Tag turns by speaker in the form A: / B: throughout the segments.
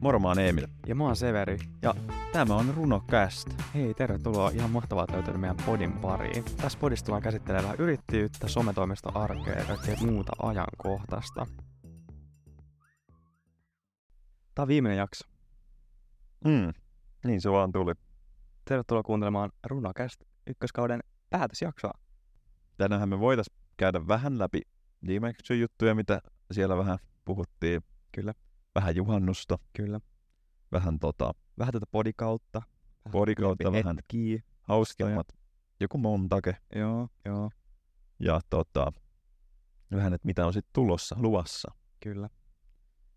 A: Moro, mä oon Eemil.
B: Mm. Ja mä oon Severi.
A: Ja tämä on Runocast.
B: Hei, tervetuloa. Ihan mahtavaa, että löytynyt meidän podin pariin. Tässä podissa tullaan käsittelemään vähän yrittäjyyttä, sometoimistoarkea ja kaikkea muuta ajankohtaista. Tää on viimeinen jakso.
A: Mm. Niin se vaan tuli.
B: Tervetuloa kuuntelemaan Runocast ykköskauden päätösjaksoa.
A: Tänähän me voitais käydä vähän läpi viime syksyn juttuja, mitä siellä vähän puhuttiin.
B: Kyllä.
A: Vähän juhannusta,
B: Kyllä.
A: vähän tota,
B: Vähän tätä podikautta. Vähän
A: Podikautta vähän.
B: Hetkiä.
A: hauskemmat, joku montake
B: Joo, joo.
A: ja tota, vähän, että mitä on sitten tulossa luvassa
B: Kyllä.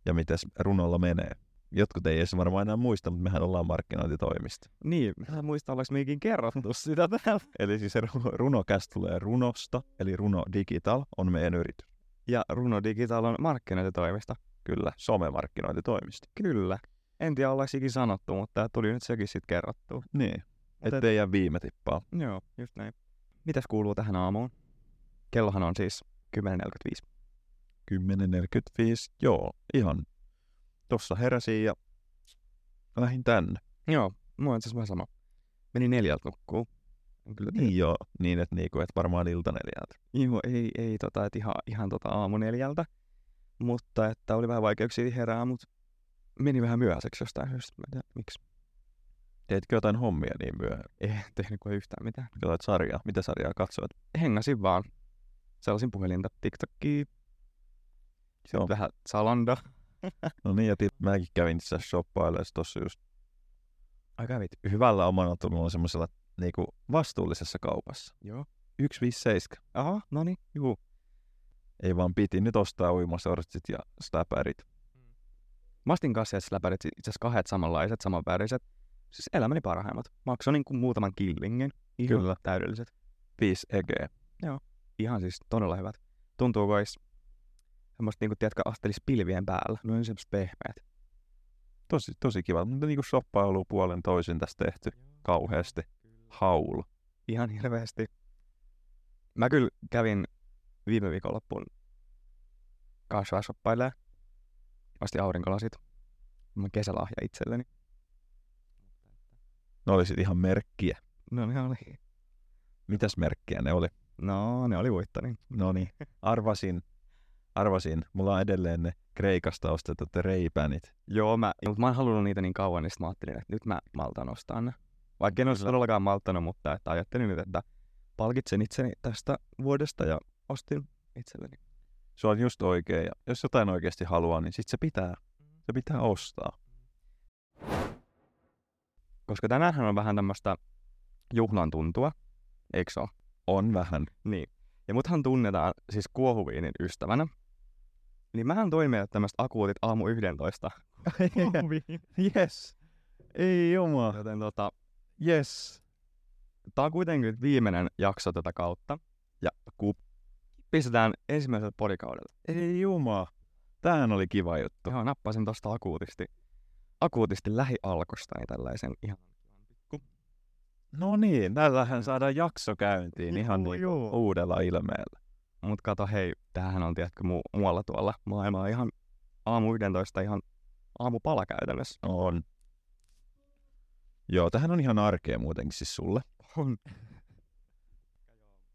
A: ja miten runolla menee. Jotkut ei edes varmaan enää muista, mutta mehän ollaan markkinointitoimista.
B: Niin, mä en muista, ollaanko meikin kerrottu sitä täällä.
A: Eli siis se runo, runokäs tulee runosta, eli Runo Digital on meidän yritys.
B: Ja Runo Digital on markkinointitoimista. Kyllä.
A: Somemarkkinointitoimisto.
B: Kyllä. En tiedä ollaanko ikinä sanottu, mutta tää tuli nyt sekin sitten kerrottua.
A: Niin,
B: et-
A: ettei jää viime tippaa.
B: Joo, just näin. Mitäs kuuluu tähän aamuun? Kellohan on siis 10.45.
A: 10.45, joo, ihan. Tossa heräsin ja lähdin tänne.
B: Joo, mulla on itse asiassa vähän sama. Meni neljältä nukkuu. Kyllä
A: Niin joo, niin että niinku, et varmaan ilta neljältä.
B: Joo, ei, ei tota, et ihan, ihan tota aamu neljältä. Mutta että oli vähän vaikeuksia herää, mutta meni vähän myöhäiseksi jostain syystä. Mä en tiedä, miksi.
A: Teitkö jotain hommia niin myöhään?
B: Ei tehnyt kuin yhtään mitään.
A: Katsoit sarjaa? Mitä sarjaa katsoit?
B: Hengasin vaan. Sellaisin puhelinta TikTokia,
A: Se on.
B: vähän salanda.
A: No niin, ja tii, mäkin kävin itse asiassa shoppailemaan tossa just
B: Ai kävit.
A: hyvällä omana tunnolla semmoisella niinku vastuullisessa kaupassa.
B: Joo.
A: 157.
B: Aha, no niin, juu. ei
A: Ei vaan piti nyt ostaa uimasortsit ja snapperit.
B: Mm. Mä ostin kanssa itse läpärit siis itse asiassa kahdet samanlaiset, samanväriset. Siis elämäni parhaimmat. Maksoin niin kuin muutaman killingin. Ihan
A: Kyllä. E
B: täydelliset.
A: 5 EG.
B: Ihan siis todella hyvät. Tuntuu kois semmoista niinku tiedätkö astelis pilvien päällä. No on semmoista pehmeät.
A: Tosi, tosi kiva. Mutta niinku shoppailu puolen toisin tässä tehty kauheasti. Haul.
B: Ihan hirveästi. Mä kyllä kävin viime viikonloppuun kanssa shoppailee. Ostin aurinkolasit. Mun kesälahja itselleni.
A: Ne oli sit ihan merkkiä.
B: No ne oli.
A: Mitäs merkkiä ne oli?
B: No ne oli voittani.
A: No niin, arvasin. Arvasin. Mulla on edelleen ne Kreikasta ostetut reipänit.
B: Joo, mä, mutta mä oon halunnut niitä niin kauan, niin sit mä ajattelin, että nyt mä maltan ostaa ne. Vaikka en olisi todellakaan malttanut, mutta että ajattelin nyt, että palkitsen itseni tästä vuodesta ja ostin itselleni.
A: Se on just oikein. Ja jos jotain oikeasti haluaa, niin sit se pitää. Se pitää ostaa.
B: Koska tänäänhän on vähän tämmöistä juhlan tuntua, eikö se
A: On vähän.
B: Niin. Ja muthan tunnetaan siis kuohuviinin ystävänä. Niin mähän toin meille tämmöiset akuutit aamu 11.
A: yes. Ei juma.
B: Joten tota,
A: Yes.
B: tää on kuitenkin nyt viimeinen jakso tätä kautta. Ja ku pistetään ensimmäisellä podikaudella.
A: Ei juma. Tämähän oli kiva juttu.
B: Joo, nappasin tosta akuutisti, akuutisti lähialkosta niin tällaisen ihan pikku.
A: No niin, tällähän saadaan jakso käyntiin ihan niin
B: joo.
A: uudella ilmeellä.
B: Mut kato, hei, tämähän on tiedätkö mu- muualla tuolla maailmaa ihan aamu 11 ihan aamupala käytännössä.
A: On. Joo, tähän on ihan arkea muutenkin siis sulle.
B: On.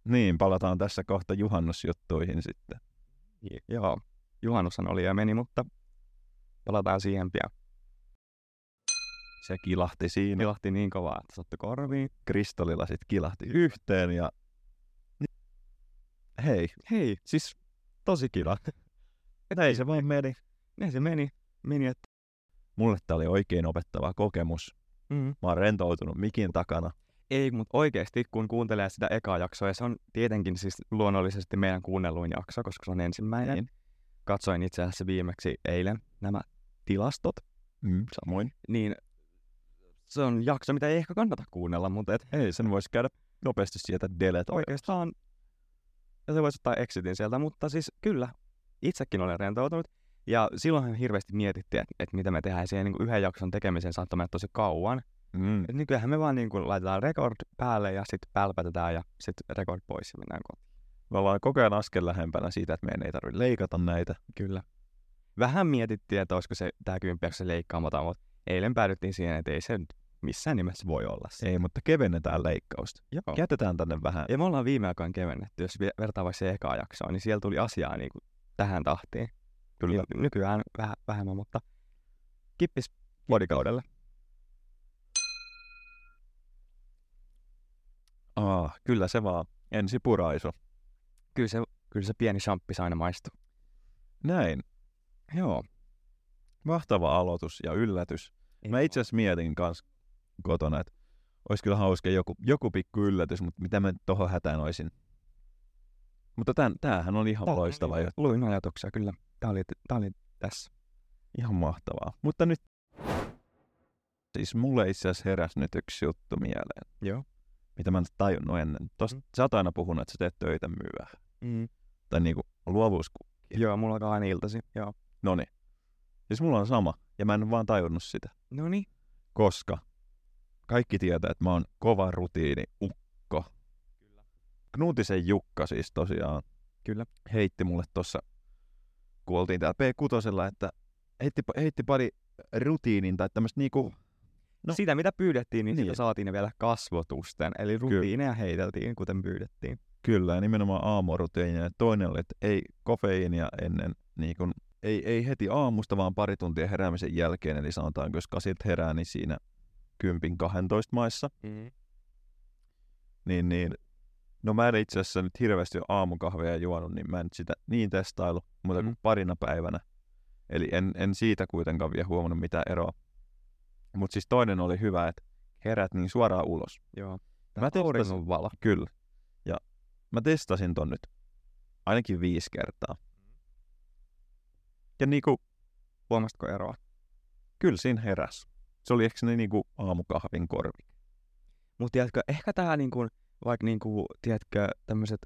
A: Niin, palataan tässä kohta juhannusjuttuihin sitten.
B: Joo, juhannushan oli ja meni, mutta palataan siihen pian.
A: Se kilahti siinä.
B: Nilahti niin kovaa, että sattui korviin.
A: Kristallilasit kilahti yhteen ja... Hei,
B: Hei,
A: siis
B: tosi kiva.
A: näin se vaan meni.
B: Näin se meni. Meni, että...
A: Mulle tää oli oikein opettava kokemus.
B: Mm.
A: Mä oon rentoutunut mikin takana.
B: Ei, mutta oikeasti kun kuuntelee sitä ekaa jaksoa, ja se on tietenkin siis luonnollisesti meidän kuunnelluin jakso, koska se on ensimmäinen.
A: Niin.
B: Katsoin itse asiassa viimeksi eilen nämä tilastot,
A: Mm, samoin.
B: niin se on jakso, mitä ei ehkä kannata kuunnella, mutta et
A: Ei, sen voisi käydä nopeasti sieltä delete.
B: oikeastaan ja se voisi ottaa exitin sieltä, mutta siis kyllä, itsekin olen rentoutunut. Ja silloinhan hirveästi mietittiin, että et mitä me tehdään siihen niin yhden jakson tekemiseen saattoi mennä tosi kauan.
A: Mm.
B: Et nykyään me vaan niin kuin laitetaan rekord päälle ja sitten pälpätetään ja sitten rekord pois ja mennään kotiin.
A: Me ollaan koko ajan askel lähempänä siitä, että meidän ei tarvitse leikata näitä.
B: Kyllä. Vähän mietittiin, että olisiko se tää kymppiäksi leikkaamaton, mutta eilen päädyttiin siihen, että ei se nyt missään nimessä voi olla se.
A: Ei, mutta kevennetään leikkausta.
B: Joo.
A: Jätetään tänne vähän.
B: Ja me ollaan viime aikoina kevennetty, jos vi- vertaa vaikka se ekaa jaksoa, niin siellä tuli asiaa niin kuin tähän tahtiin.
A: Kyllä.
B: Niin nykyään vähän vähemmän, mutta kippis podikaudelle.
A: Aa, kyllä se vaan. Ensi puraisu.
B: Kyllä se, kyllä se pieni champpis aina maistuu.
A: Näin.
B: Joo.
A: Mahtava aloitus ja yllätys. Mä itse asiassa mietin kans kotona, että olisi kyllä hauska joku, joku pikku yllätys, mutta mitä mä nyt tohon hätään olisin. Mutta tämän, tämähän on ihan loistava jo.
B: Luin ajatuksia, kyllä. Tää oli, tää oli tässä.
A: Ihan mahtavaa. Mutta nyt... Siis mulle itse asiassa heräs nyt yksi juttu mieleen.
B: Joo.
A: Mitä mä en tajunnut ennen. Tosta,
B: Mm.
A: Sä oot aina puhunut, että sä teet töitä myöhään.
B: Mm.
A: Tai niinku luovuus.
B: Joo, mulla alkaa aina iltasi. Joo.
A: Noni. Siis mulla on sama. Ja mä en vaan tajunnut sitä.
B: No niin.
A: Koska kaikki tietää, että mä oon kova rutiini ukko. Knuutisen Jukka siis tosiaan
B: Kyllä.
A: heitti mulle tossa, kun oltiin täällä P6, että heitti, heitti pari rutiinin tai tämmöistä niinku No.
B: No. Sitä, mitä pyydettiin, niin, niin.
A: Niin.
B: sitä saatiin ne vielä kasvotusten. Eli rutiineja heiteltiin, kuten pyydettiin.
A: Kyllä, ja nimenomaan aamurutiinia. Ja Toinen oli, että ei kofeiinia ennen, niin kun, ei, ei heti aamusta, vaan pari tuntia heräämisen jälkeen. Eli sanotaan, jos kasilta herää, niin siinä 10-12 maissa.
B: Mm.
A: Niin, niin. No mä en itse asiassa nyt hirveästi ole aamukahvia juonut, niin mä en nyt sitä niin testailu, mutta kuin
B: Mm.
A: parina päivänä. Eli en, en siitä kuitenkaan vielä huomannut mitään eroa. Mutta siis toinen oli hyvä, että herät niin suoraan ulos.
B: Joo.
A: Mä testasin-
B: auringon valo.
A: Kyllä. Ja mä testasin ton nyt ainakin viisi kertaa. Ja niinku,
B: Huomasitko eroa?
A: kyllä siinä heräs. Se oli ehkä ne niinku aamukahvin korvi.
B: Mutta tiedätkö, ehkä tää niinku, vaikka niinku, tiedätkö, tämmöiset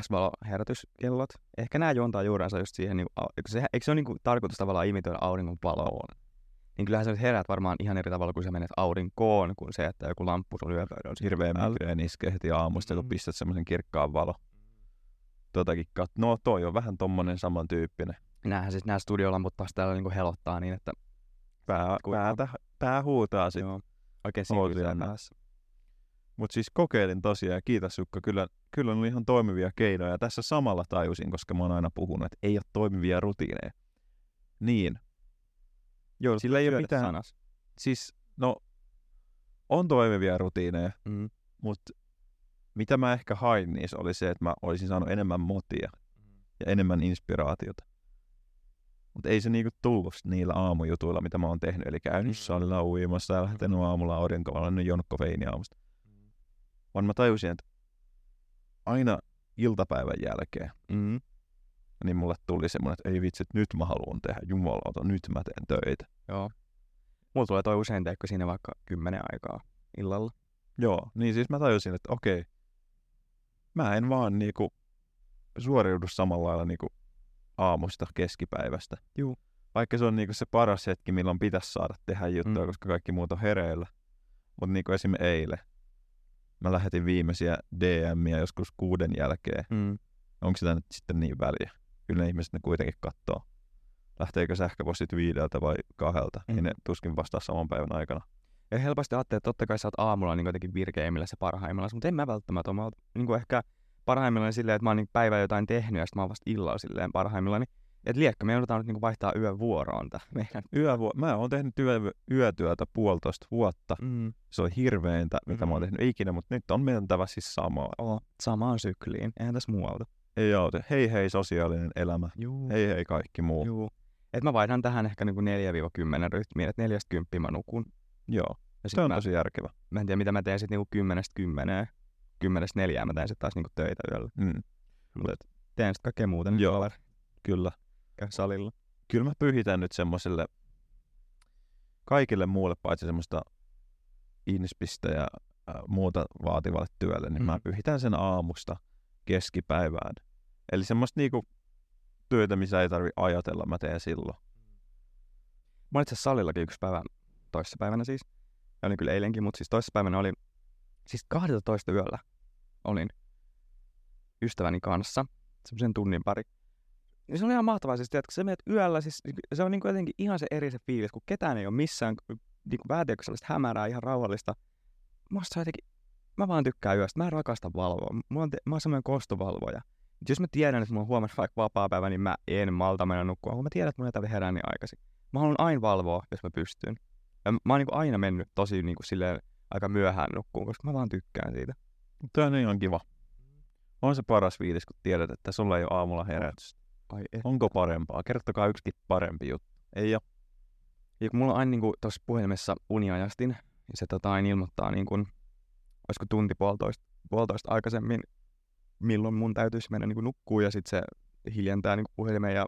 B: kirkasvaloherätyskellot, ehkä nämä juontaa juurensa just siihen, niinku, au- eikö, se, eikö se ole niinku tarkoitus tavallaan imitoida auringon valoon? Niin kyllähän sä nyt heräät varmaan ihan eri tavalla, kun sä menet aurinkoon, kuin se, että joku lamppu sun yöpöydällä.
A: Hirveä
B: Älä-
A: migreen iskee heti aamusta, kun
B: Mm.
A: pistät semmoisen kirkkaan valo. Totakin kat... No toi on vähän tommonen samantyyppinen.
B: Nämähän siis nämä studiolamput taas täällä niinku helottaa niin, että
A: Pää,
B: Kuinka?
A: päätä, pää huutaa sit.
B: joo, oikein
A: Oot
B: siinä
A: vielä
B: päässä.
A: Mutta siis kokeilin tosiaan ja kiitos Jukka, kyllä, kyllä ne oli ihan toimivia keinoja. Ja Tässä samalla tajusin, koska mä oon aina puhunut, että ei ole toimivia rutiineja. Niin. Joo, sillä ei ole mitään,
B: Sanas.
A: siis no, on toimivia rutiineja,
B: Mm.
A: mutta mitä mä ehkä hain niissä oli se, että mä olisin saanut enemmän motia ja enemmän inspiraatiota. Mutta ei se niinku tullut niillä aamujutuilla, mitä mä oon tehnyt. Eli käynyt salilla uimassa ja lähtenyt aamulla aurinkoon, olen jonkko veini aamusta. Vaan mä tajusin, että aina iltapäivän jälkeen,
B: Mm.
A: niin mulle tuli semmoinen, että ei vitsi, että nyt mä haluan tehdä jumalauta, nyt mä teen töitä.
B: Mulla tulee toi usein teekö siinä vaikka kymmenen aikaa illalla.
A: Joo, niin siis mä tajusin, että okei, mä en vaan niinku suoriudu samalla lailla niinku aamusta keskipäivästä.
B: Juu.
A: Vaikka se on niinku se paras hetki, milloin pitäisi saada tehdä juttuja, mm.
B: Mm.
A: koska kaikki muut on hereillä. Mutta niinku esim. eilen, mä lähetin viimeisiä DMiä joskus kuuden jälkeen.
B: Mm.
A: Onko sitä nyt sitten niin väliä? Kyllä ne ihmiset ne kuitenkin katsoo. Lähteekö sähköpostit viideltä vai kahdelta? Mm. Ei
B: Mm.
A: ne tuskin vastaa saman päivän aikana.
B: Ja helposti ajattelee, että totta kai sä oot aamulla niin jotenkin virkeimmillä se parhaimmilla, mutta en mä välttämättä ole. Niin ehkä parhaimmillaan silleen, että mä oon niin päivää jotain tehnyt ja sitten mä oon vasta illalla silleen parhaimmillaan. niin Et liekkä, me joudutaan nyt niin vaihtaa yön vuoroon tää meidän.
A: Yövuo- mä oon tehnyt yö, yötyötä puolitoista vuotta.
B: Mm.
A: se on hirveintä, mitä mä oon
B: Mm.
A: tehnyt ikinä, mutta nyt on mentävä siis samaa.
B: Oo, samaan sykliin, eihän tässä muualta.
A: Ei auta. Hei hei sosiaalinen elämä.
B: Juu.
A: Hei hei kaikki muu. Joo.
B: Juu. Et mä vaihdan tähän ehkä niinku 4-10 rytmiin, että neljästä kymppiä mä nukun.
A: Joo.
B: Ja sit
A: Se on
B: mä,
A: tosi järkevä.
B: mä en tiedä mitä mä teen sit niinku kymmenestä kymmeneen. Kymmenestä neljään mä teen sit taas niinku töitä yöllä.
A: Mm.
B: Mut et teen sit kaikkea muuta nyt
A: Joo.
B: kaveri,
A: Kyllä.
B: käy salilla.
A: Kyllä mä pyhitän nyt semmoselle kaikille muulle paitsi semmoista inspistä ja äh, muuta vaativalle työlle, niin mm. mä
B: Mhm.
A: pyhitän sen aamusta keskipäivään. Eli semmoista niinku työtä, missä ei tarvi ajatella, mä teen silloin.
B: Mä olin itse asiassa salillakin yksi päivä, toissapäivänä siis. Ja olin kyllä eilenkin, mutta siis toissapäivänä olin, siis 12 yöllä olin ystäväni kanssa, semmoisen tunnin pari. niin se on ihan mahtavaa, siis tiedätkö, sä menet yöllä, siis se on niin kuin jotenkin ihan se eri se fiilis, kun ketään ei ole missään, niin kuin vähän tiedätkö, sellaista hämärää, ihan rauhallista. Musta se on jotenkin, mä vaan tykkään yöstä, mä rakastan valvoa, mä oon, te, mä oon semmoinen kostovalvoja. Et jos mä tiedän, että mulla on huomenna vaikka vapaa päivä, niin mä en malta mennä nukkua, kun mä tiedän, että mun ei herää niin aikaisin. Mä haluan aina valvoa, jos mä pystyn. Ja mä oon niin kuin aina mennyt tosi niin kuin silleen aika myöhään nukkuun, koska mä vaan tykkään siitä.
A: Tämä niin on ihan kiva. On se paras fiilis, kun tiedät, että sulla ei ole aamulla herätystä.
B: Ai et.
A: Onko parempaa? Kertokaa yksikin parempi juttu. Ei ole.
B: Ja kun mulla on aina niin tuossa puhelimessa uniajastin, ja se tota, aina ilmoittaa, niin kuin, olisiko tunti puolitoista, puolitoista aikaisemmin, milloin mun täytyisi mennä niin nukkuun, ja sitten se hiljentää niin puhelimen ja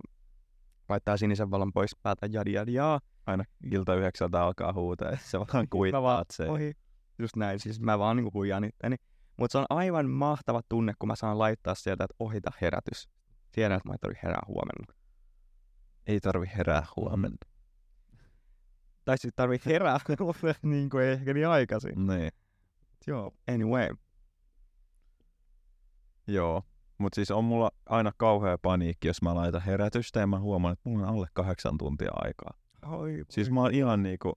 B: laittaa sinisen valon pois päältä jadi jadi jaa.
A: Aina ilta yhdeksältä alkaa huutaa, että se vaan
B: Mä vaan
A: kuittaat sen.
B: ohi. Just näin, siis mä vaan niin huijaan itteni. Mutta se on aivan mahtava tunne, kun mä saan laittaa sieltä, että ohita herätys. Tiedän, että mä ei tarvitse herää huomenna.
A: Ei tarvi herää huomenna.
B: Tai sitten tarvii herää niin kuin ehkä niin aikaisin.
A: Niin.
B: Joo. Anyway.
A: Joo. Mutta siis on mulla aina kauhea paniikki, jos mä laitan herätystä ja mä huomaan, että mulla on alle kahdeksan tuntia aikaa.
B: Oi,
A: Siis mä oon ihan niinku...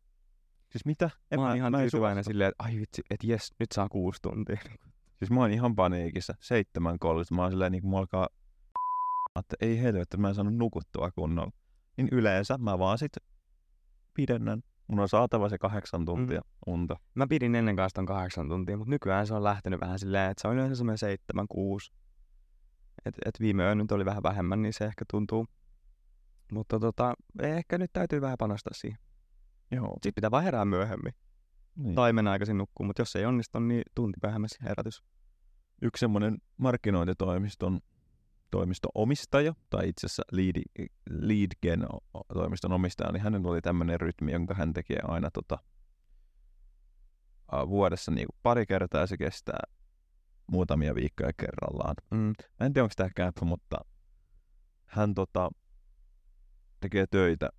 A: Siis mitä? En
B: mä oon ihan
A: mä en
B: tyytyväinen
A: suostu.
B: silleen, että ai vitsi, että jes, nyt saa kuusi tuntia.
A: Siis mä oon ihan paniikissa. Seitsemän kolmista. Mä oon silleen niinku mulla alkaa... Että ei helvetti, mä en saanut nukuttua kunnolla. Niin yleensä mä vaan sit pidennän. Mun on saatava se
B: Mm.
A: kahdeksan tuntia unta.
B: Mä pidin ennen kanssa ton kahdeksan tuntia, mutta nykyään se on lähtenyt vähän silleen, että se on yleensä semmoinen seitsemän, kuusi. Et, et viime yö nyt oli vähän vähemmän, niin se ehkä tuntuu. Mutta tota, ehkä nyt täytyy vähän panostaa siihen.
A: Joo.
B: Sitten pitää vaan herää myöhemmin.
A: Niin.
B: Tai mennä aikaisin nukkuun, mutta jos ei onnistu, niin tunti myöhemmin se herätys.
A: yksi semmoinen markkinointitoimiston toimiston omistaja, tai itse asiassa lead, Leadgen o- o- toimiston omistaja, niin hänellä oli tämmöinen rytmi, jonka hän tekee aina tota, ä, vuodessa niin kuin pari kertaa, ja se kestää muutamia viikkoja kerrallaan.
B: Mm.
A: Mä en tiedä, onko tämä käppä, mutta hän tota, tekee töitä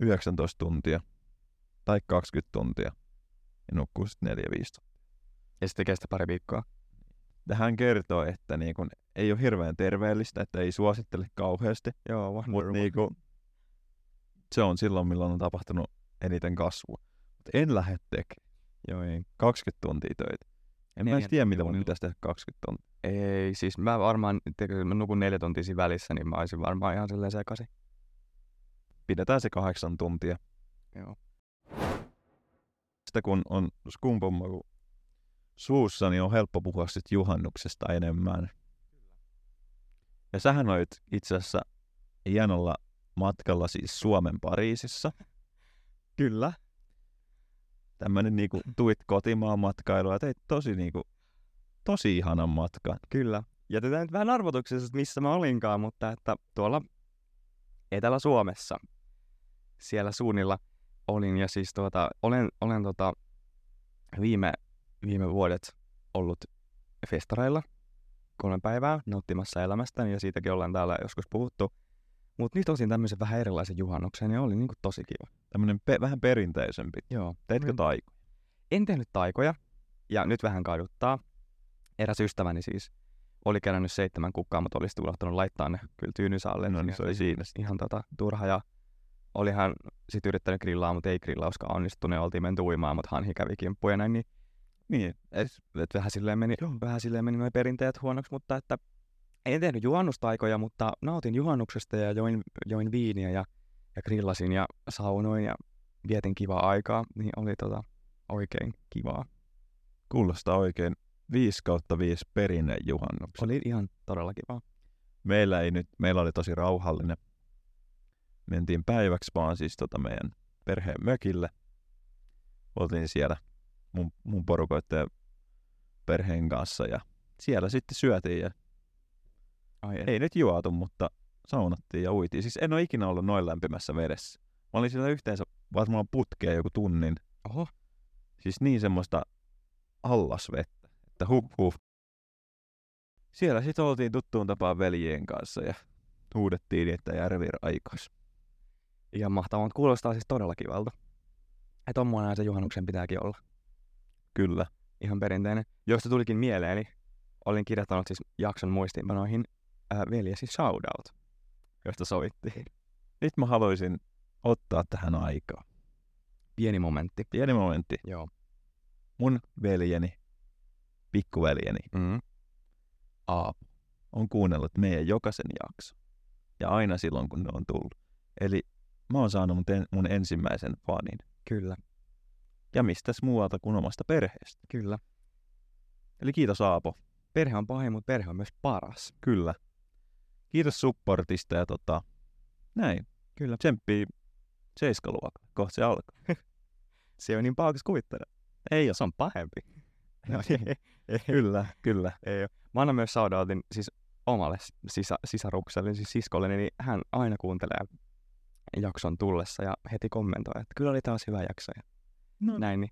A: 19 tuntia tai 20 tuntia ja nukkuu sitten 4-5
B: Ja sitten kestää pari viikkoa.
A: Ja hän kertoo, että niin kun, ei ole hirveän terveellistä, että ei suosittele kauheasti,
B: Joo,
A: mutta
B: Wonder
A: niin kun, se on silloin, milloin on tapahtunut eniten kasvua. Mut en lähde tekemään
B: Joo, ei.
A: 20 tuntia töitä. En mä edes
B: Neljän
A: tiedä, mitä mun
B: tunnilla.
A: pitäisi tehdä 20 tuntia.
B: Ei, siis mä varmaan, tiedätkö, mä nukun neljä tuntia siinä välissä, niin mä olisin varmaan ihan silleen sekaisin.
A: Pidetään se kahdeksan tuntia.
B: Joo.
A: Sitä kun on skumpomma kuin suussa, niin on helppo puhua sit juhannuksesta enemmän. Ja sähän olit itse asiassa hienolla matkalla siis Suomen Pariisissa.
B: Kyllä.
A: tämmönen niinku tuit kotimaan matkailu ja teit tosi niinku, tosi ihanan matkan.
B: Kyllä. Jätetään nyt vähän arvotuksessa, että missä mä olinkaan, mutta että tuolla Etelä-Suomessa, siellä suunnilla olin ja siis tuota, olen, olen tota, viime, viime vuodet ollut festareilla kolme päivää nauttimassa elämästäni ja siitäkin ollaan täällä joskus puhuttu. Mutta nyt osin tämmöisen vähän erilaisen juhannuksen ja oli niinku tosi kiva.
A: Tämmönen pe- vähän perinteisempi.
B: Joo.
A: Teitkö
B: Mm.
A: taiku?
B: en tehnyt taikoja, ja nyt vähän kaduttaa. Eräs ystäväni siis oli kerännyt seitsemän kukkaa, mutta olisi unohtanut laittaa ne kyllä tyynysaalle.
A: No niin, se oli siinä. sit.
B: Ihan tota, turha ja oli hän sit yrittänyt grillaa, mutta ei grillauskaan onnistunut ja oltiin menty uimaan, mutta hanhi kävi kimppuun ja näin, niin
A: Niin.
B: et, et vähän silleen meni, vähän silleen meni noi perinteet huonoksi, mutta että en tehnyt juhannustaikoja, mutta nautin juhannuksesta ja join, join viiniä ja, ja grillasin ja saunoin ja vietin kivaa aikaa, niin oli tota oikein kivaa.
A: Kuulostaa oikein 5 kautta 5 perinne juhannuksen.
B: Oli ihan todella kiva.
A: Meillä, ei nyt, meillä oli tosi rauhallinen. Mentiin päiväksi vaan siis tota meidän perheen mökille. Oltiin siellä mun, mun porukoitteen perheen kanssa ja siellä sitten syötiin ja
B: Ai ei.
A: ei nyt juotu, mutta saunattiin ja uitiin. Siis en ole ikinä ollut noin lämpimässä vedessä. Mä olin siellä yhteensä varmaan putkea joku tunnin.
B: Oho.
A: Siis niin semmoista allasvettä, että huh huh. Siellä sitten oltiin tuttuun tapaan veljien kanssa ja huudettiin, että järvi aikas.
B: Ihan mahtavaa, mutta kuulostaa siis todella kivalta. Ja tommoinen se juhannuksen pitääkin olla.
A: Kyllä.
B: Ihan perinteinen. Josta tulikin niin mieleeni, olin kirjoittanut siis jakson muistiinpanoihin ää, veljesi shoutout. josta sovittiin.
A: Nyt mä haluaisin ottaa tähän aikaa.
B: Pieni momentti.
A: Pieni momentti.
B: Joo.
A: Mun veljeni, pikkuveljeni,
B: Mm.
A: Aapo, on kuunnellut meidän jokaisen jakso. Ja aina silloin, kun ne on tullut. Eli mä oon saanut mun, en, mun ensimmäisen fanin.
B: Kyllä,
A: Ja mistäs muualta kuin omasta perheestä.
B: kyllä.
A: Eli kiitos Aapo.
B: Perhe on pahin, mutta perhe on myös paras.
A: Kyllä. Kiitos supportista ja tota, näin.
B: Kyllä.
A: Tsemppii seiskaluokka. Kohta se alkaa.
B: Se on niin paha, kuin kuvittele. Ei ole. Se on pahempi. No, ei, ei,
A: Kyllä, kyllä.
B: ei, oo. Mä annan myös shoutoutin siis omalle sisä, sisarukselle, siis siskolle, niin hän aina kuuntelee jakson tullessa ja heti kommentoi, että kyllä oli taas hyvä jakso ja
A: No.
B: näin. Niin.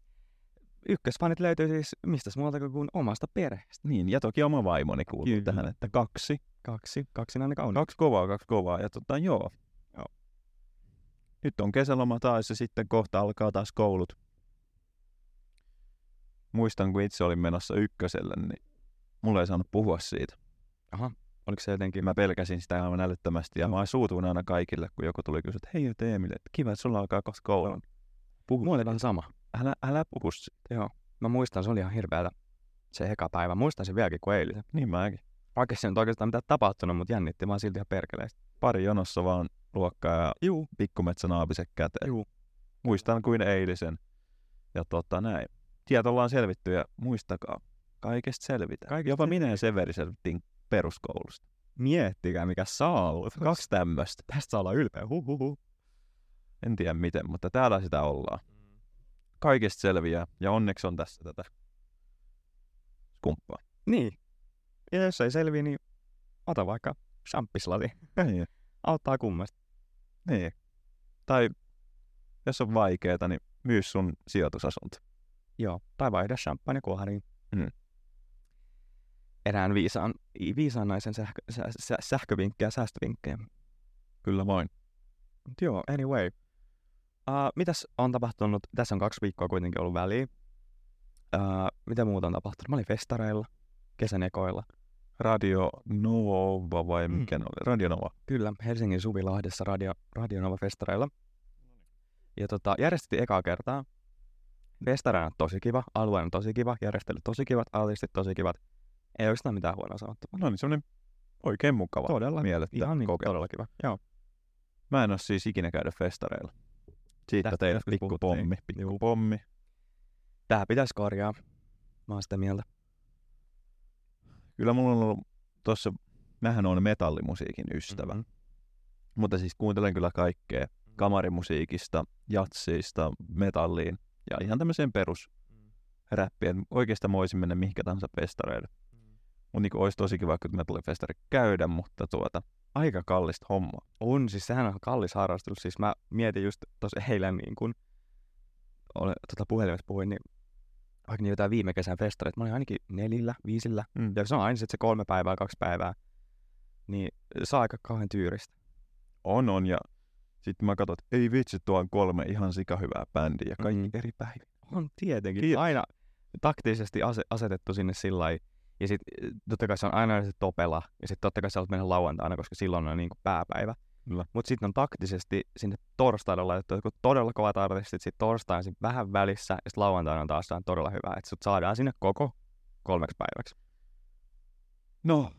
B: Ykkösfanit löytyy siis mistä muualta kuin omasta perheestä.
A: Niin, ja toki oma vaimoni kuuluu
B: Kyllä.
A: tähän, että kaksi.
B: Kaksi, kaksi aina kaunista.
A: Kaksi kovaa, kaksi kovaa. Ja tota, joo.
B: Joo.
A: Nyt on kesäloma taas ja sitten kohta alkaa taas koulut. Muistan, kun itse olin menossa ykköselle, niin mulla ei saanut puhua siitä.
B: Oliko se jotenkin,
A: Mä pelkäsin sitä aivan älyttömästi ja mä suutuin aina kaikille, kun joku tuli kysyä, että hei et Emil, että kiva, että sulla alkaa kohta koulu. Puhu.
B: mulla oli vähän sama.
A: Älä, älä puhu siitä.
B: Mä muistan, se oli ihan hirveätä se eka päivä. Muistan sen vieläkin kuin eilisen.
A: Niin mäkin.
B: Vaikka se nyt oikeastaan mitään tapahtunut, mutta jännitti vaan silti ihan perkeleesti.
A: Pari jonossa vaan luokkaa ja
B: Juu.
A: pikkumetsänaapisen käteen.
B: Juu.
A: Muistan kuin eilisen. Ja tota näin. Sieltä ollaan selvitty ja muistakaa, kaikesta selvitään.
B: Kaikesta
A: Jopa minä ja Severi selvittiin peruskoulusta.
B: Miettikää, mikä saavutus.
A: Kaksi tämmöistä.
B: Tästä saa olla ylpeä. Huhuhu.
A: En tiedä miten, mutta täällä sitä ollaan. Kaikesta selviää ja onneksi on tässä tätä skumppaa.
B: Niin. Ja jos ei selviä, niin ota vaikka champislati.
A: Niin.
B: Auttaa kummasti.
A: niin. Tai jos on vaikeeta, niin myy sun sijoitusasunto.
B: Joo. Tai vaihda champagne kuohariin.
A: Mm.
B: Erään viisaan, viisaan naisen sähkö, sä, sä, sähkövinkkejä, säästövinkkejä.
A: Kyllä vain.
B: Mut joo, anyway. Uh, mitäs on tapahtunut? Tässä on kaksi viikkoa kuitenkin ollut väliä. Uh, mitä muuta on tapahtunut? Mä olin festareilla, kesän ekoilla.
A: Radio Nova vai
B: Mm.
A: mikä mm. oli? Radio Nova.
B: Kyllä, Helsingin Suvilahdessa radio, Radionova-festareilla. Ja tota, järjestettiin ekaa kertaa. Festareina tosi kiva, alue on tosi kiva, järjestelyt tosi kivat, artistit tosi kivat. Ei oikeastaan mitään huonoa sanottu.
A: No niin, semmonen oikein mukava.
B: Todella,
A: Mielettä
B: ihan niin,
A: kokemus.
B: todella kiva. Joo.
A: Mä en oo siis ikinä käydä festareilla. Siitä
B: Tästä
A: teille
B: joskus
A: pikku
B: puhuttiin.
A: pommi, pikku
B: Juu.
A: pommi.
B: Tää pitäisi korjaa. Mä oon sitä mieltä.
A: Kyllä mulla on ollut tossa, mähän on metallimusiikin ystävä, mm-hmm. mutta siis kuuntelen kyllä kaikkea kamarimusiikista, jatsiista, metalliin ja ihan tämmöiseen perus räppien. Oikeastaan mä voisin mennä mihinkä tahansa festareille. Mun niinku olisi tosi kiva, kun metalli festari käydä, mutta tuota, aika kallista hommaa.
B: On, siis sehän on kallis harrastus. Siis mä mietin just tuossa eilen, niin kun ole, tota puhelimessa puhuin, niin vaikka niitä jotain viime kesän festareita, mä olin ainakin nelillä, viisillä.
A: Mm.
B: Ja se on aina sit se kolme päivää, kaksi päivää. Niin saa aika kauhean tyyristä.
A: On, on ja sitten mä katsoin, että ei vitsi, tuo on kolme ihan sika hyvää bändiä ja kaikki
B: Mhm.
A: eri päiviä.
B: On tietenkin.
A: Kiitos.
B: Aina taktisesti ase- asetettu sinne sillä lailla. Ja sit eh, totta kai se on aina se topela. Ja sit totta kai sä olet mennä lauantaina, koska silloin on niinku pääpäivä.
A: Kyllä.
B: Mut sitten on taktisesti sinne torstaina laitettu jotkut todella kovat artistit. Sit torstaina sit vähän välissä ja sit lauantaina on taas jotain todella hyvää. Et sut saadaan sinne koko kolmeksi päiväksi.
A: No,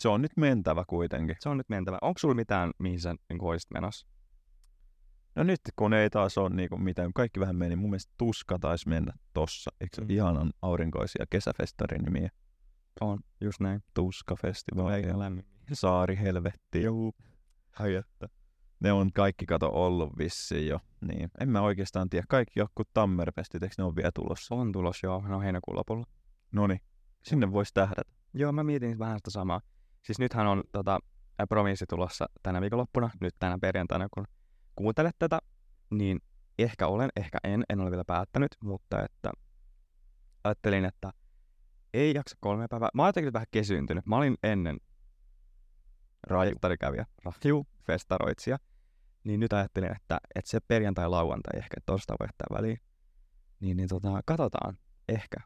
A: se on nyt mentävä kuitenkin.
B: Se on nyt mentävä. Onko sulla mitään, mihin sä niin olisit menossa?
A: No nyt kun ei taas ole niin kuin mitään, kaikki vähän meni, mun mielestä tuska taisi mennä tossa. Eikö se
B: Mm.
A: mm. ihanan aurinkoisia kesäfestarin nimiä?
B: On, just näin.
A: Tuskafestivaali ja
B: lämmin.
A: Saari helvetti. Juu. Ai että. Ne on kaikki kato ollut vissiin jo. Niin. En mä oikeastaan tiedä. Kaikki joku Tammerfestit, eikö ne on vielä tulossa?
B: On tulos, joo. No heinäkuun lopulla.
A: Noni. Sinne voisi tähdätä.
B: Joo, mä mietin vähän sitä samaa. Siis nythän on tota, ä, provinssi tulossa tänä viikonloppuna, nyt tänä perjantaina, kun kuuntelet tätä, niin ehkä olen, ehkä en, en ole vielä päättänyt, mutta että ajattelin, että ei jaksa kolme päivää. Mä oon jotenkin vähän kesyyntynyt. Mä olin ennen rajutarikävijä, raju, festaroitsija, niin nyt ajattelin, että, että se perjantai, lauantai, ehkä torstai voi jättää väliin. Niin, niin tota, katsotaan, ehkä.